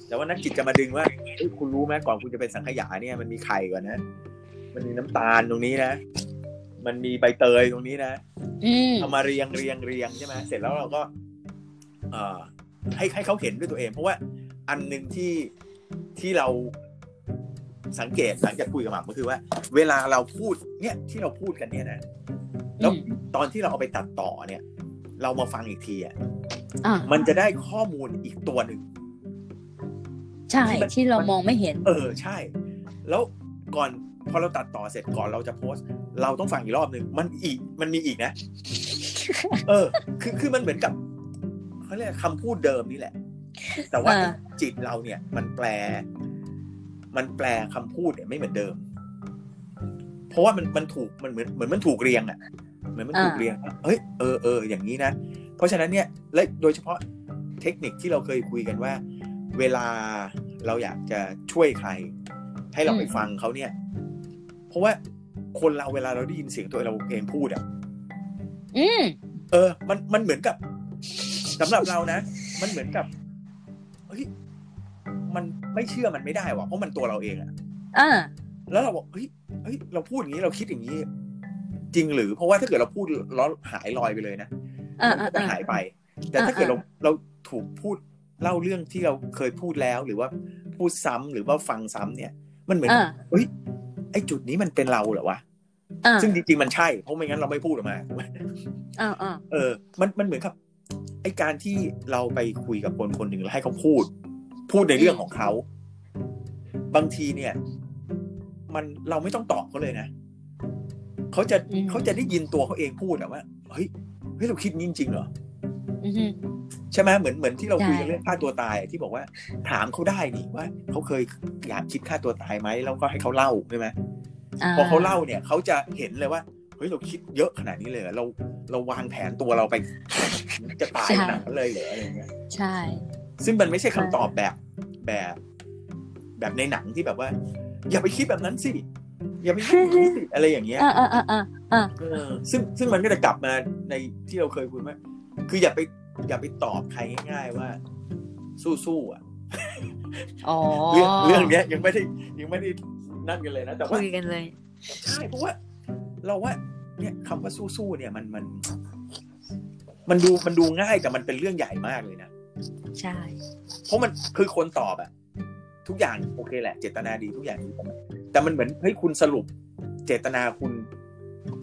แต่ว่านักจิตจะมาดึงว่าเอ้ยคุณรู้ไหมก่อนคุณจะเป็นสังขยาเนี่ยมันมีไข่ก่อนนะ มันมีน้ำตาลตรงนี้นะ มันมีใบเตยตรงนี้นะ อืม เอามาเรียงเรียงเรียงใช่ไหมเสร็จแล้วเราก็เอ่อให้ให้เขาเห็นด้วยตัวเอง เพราะว่าอันหนึ่งที่ที่เราสังเกตหลังจากคุยกับหม่ำก็คือว่า เวลาเราพูดเนี่ยที่เราพูดกันเนี่ยนะแล้ว อืม ตอนที่เราเอาไปตัดต่อเนี่ย เรามาฟังอีกทีอ่ะ อ่า มันจะได้ข้อมูลอีกตัวหนึ่ง ใช่ ที่มัน ที่เรามองไม่เห็น เออใช่ แล้วก่อนพอเราตัดต่อเสร็จก่อนเราจะโพสต์ เราต้องฟังอีกรอบหนึ่งมันอีกมันมีอีกนะ เออ คือคือมันเหมือนกับเขาเรียกคำพูดเดิมนี่แหละ แต่ว่า อ่า จิตเราเนี่ย มันแปล มันแปลคำพูดเนี่ยไม่เหมือนเดิม เพราะว่ามันมันถูกมันเหมือนเหมือนมันถูกเรียงอะเหมือนมันถูกเรียงว่าเฮ้ยเออเอออย่างนี้นะ เพราะฉะนั้นเนี่ยและโดยเฉพาะเทคนิคที่เราเคยคุยกันว่า เวลาเราอยากจะช่วยใคร ให้เราไป อืม ฟังเขาเนี่ย เพราะว่าคนเราเวลาเราได้ยินเสียงตัวเราเองพูดอ่ะ อืม เออ มัน มันเหมือนกับสำหรับเรานะ มันเหมือนกับ เฮ้ย มันไม่เชื่อมันไม่ได้ว่ะ เพราะมันตัวเราเองอะ อ่า แล้วเราบอก เฮ้ย เฮ้ย เราพูดอย่างนี้ เราคิดอย่างนี้ จริงหรือ เพราะว่าถ้าเกิดเราพูดแล้วหายลอยไปเลยนะ อ่า มั อ่าน ก็ อ่า หายไป แต่ อ่า ถ้าเกิด อ่า เรา เราถูกพูดเล่าเรื่องที่เราเคยพูดแล้ว หรือว่าพูดซ้ำหรือว่าฟังซ้ำเนี่ย มันเหมือน อ่า เฮ้ย ไอจุดนี้มันเป็นเราเหรอวะ อ่า ซึ่งจริงๆ มันใช่ เพราะไม่งั้นเราไม่พูดออกมา อ่าอ่า เออ มัน มันเหมือนกับไอการที่เราไปคุยกับคนคนหนึ่งแล้วให้เขาพูด พูดในเรื่องของเขา บางทีเนี่ย มันเราไม่ต้องตอบเขาเลยนะเขาจะเขาจะได้ยินตัวเขาเองพูดอะว่าเฮ้ยเฮ้ยเราคิดงี้จริงๆเหรอ อืม ใช่ไหมเหมือนเหมือนที่เราคุยกัน ใช่ เรื่องฆ่าตัวตายที่บอกว่า ถามเขาได้นี่ว่าเขาเคยอยากคิดฆ่าตัวตายไหมแล้วก็ให้เขาเล่าใช่ไหม อ่ พอเขาเล่าเนี่ยเขาจะเห็นเลยว่าเฮ้ยเราคิดเยอะขนาดนี้เลยเหรอเราเราวางแผนตัวเราไป จะตายขนาดนั้นเลยเหรออะไรเงี้ย ใช่ ซึ่งมันไม่ใช่คำตอบแบบแบบ แบบในหนังที่แบบว่า อย่าไปคิดแบบนั้นสิอย่าไปคิดแบบนั้นสิอะไรอย่างเงี้ย อ่าอ่าอ่าอ่า เออซึ่งซึ่งมันก็จะกลับมาในที่เราเคยคุยว่าคืออย่าไปอย่าไปตอบใครง่าย ๆ ว่า สู้ๆอ่ะ อ๋อ เรื่องเรื่องเนี้ย ยังไม่ได้ยังไม่ได้นั่นกันเลยนะแต่ว่า คุยกันเลย ใช่เพราะว่าเราว่าเนี่ยคำว่าสู้ๆเนี่ยมันมัน มันดูมันดูง่ายแต่มันเป็นเรื่องใหญ่มากเลยนะ ใช่ เพราะมันคือคนตอบอะทุกอย่างโอเคแหละ เจตนาดีทุกอย่างดีแต่มันแต่มันเหมือนเฮ้ยคุณสรุป เจตนาคุณ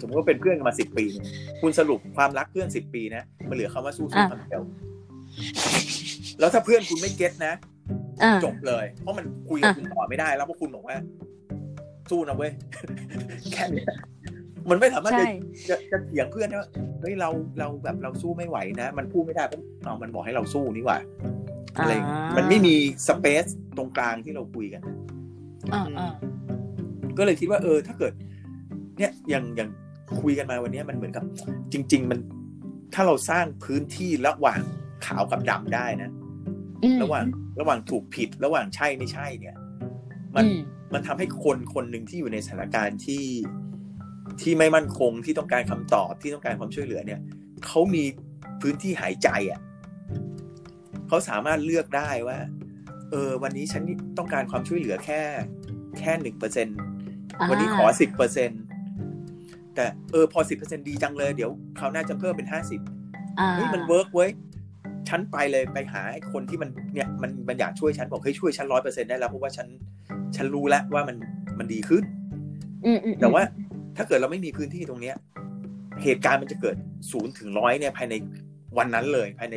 สมมติว่าเป็นเพื่อนกันมาสิบปีเนี่ยคุณสรุปความรักเพื่อนสิบปีนะมันเหลือคำว่าสู้ๆคำเดียวแล้วถ้าเพื่อนคุณไม่เก็ตนะ อ่า จบเลย เพราะมันคุยกับ อ่ะ คุณต่อไม่ได้แล้วเพราะคุณบอกว่า สู้นะเว้ย แค่เนี้ยมันไม่สามารถ ใช่ จะจะจะเถียงเพื่อนได้ว่าเฮ้ยเราเราแบบเราสู้ไม่ไหวนะ มันพูดไม่ได้เพราะเอามันบอกให้เราสู้นี่หว่า า อะไรอย่างเงี้ยมันไม่มีสเปซตรงกลางที่เราคุยกัน อ่าอ่า ก็เลยคิดว่าเออ ถ้าเกิด เนี่ยอย่างอย่างคุยกันมาวันเนี้ยมันเหมือนกับ จริง ๆ มันถ้าเราสร้างพื้นที่ระหว่างขาวกับดำได้นะ อืม ระหว่างระหว่างถูกผิดระหว่างใช่ไม่ใช่เนี่ย มัน อื มันทำให้คนคนหนึ่งที่อยู่ในสถานการณ์ที่ที่ไม่มั่นคงที่ต้องการคำตอบที่ต้องการความช่วยเหลือเนี่ยเขามีพื้นที่หายใจอ่ะเขาสามารถเลือกได้ว่า เออ วันนี้ฉันต้องการความช่วยเหลือแค่ แค่หนึ่งเปอร์เซ็นวันนี้ขอสิบเปอร์เซ็นแต่เออพอสิบเปอร์เซ็นดีจังเลยเดี๋ยวคราวหน้าจะเพิ่มเป็นห้าสิบ อ่า เฮ้ยมันเวิร์กเว้ย ฉันไปเลยไปหาไอ้คนที่มันเนี่ยมันมันอยากช่วยฉันบอกเฮ้ยช่วยฉันร้อยเปอร์เซ็นต์ได้แล้วเพราะว่าฉันฉันรู้แล้วว่ามันมันดีขึ้น อืมอืม แต่ว่าถ้าเกิดเราไม่มีพื้นที่ตรงเนี้ย เหตุการณ์มันจะเกิดศูนย์ถึงร้อยเนี่ยภายในวันนั้นเลย ภายใน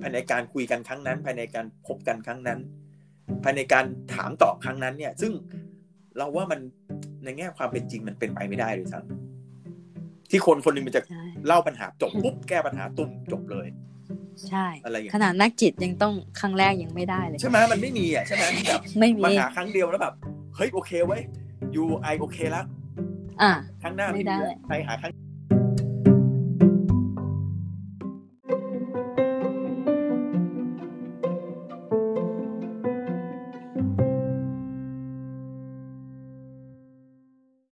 ภายในการคุยกันครั้งนั้น ภายในการพบกันครั้งนั้น ภายในการถามตอบครั้งนั้นเนี่ย ซึ่งเราว่ามันในแง่ความเป็นจริงมันเป็นไปไม่ได้เลยซ้ำที่คนคนหนึงมันจะ ใช่ เล่าปัญหาจบปุ๊บแก้ปัญหาตุ้มจบเลย ใช่ อะไรอย่างเงี้ย ขนาดนักจิตยังต้องครั้งแรกยังไม่ได้เลย ใช่ไหมมันไม่มีอ่ะใช่ไหมแบบ ไม่มี มันหาครั้งเดียวแล้วแบบเฮ้ยโอเคเว้ยยูไอโอเคแล้ว อ่า ครั้งหน้า ไม่ ไม่ ได้ มีแล้วไปหาครั้ง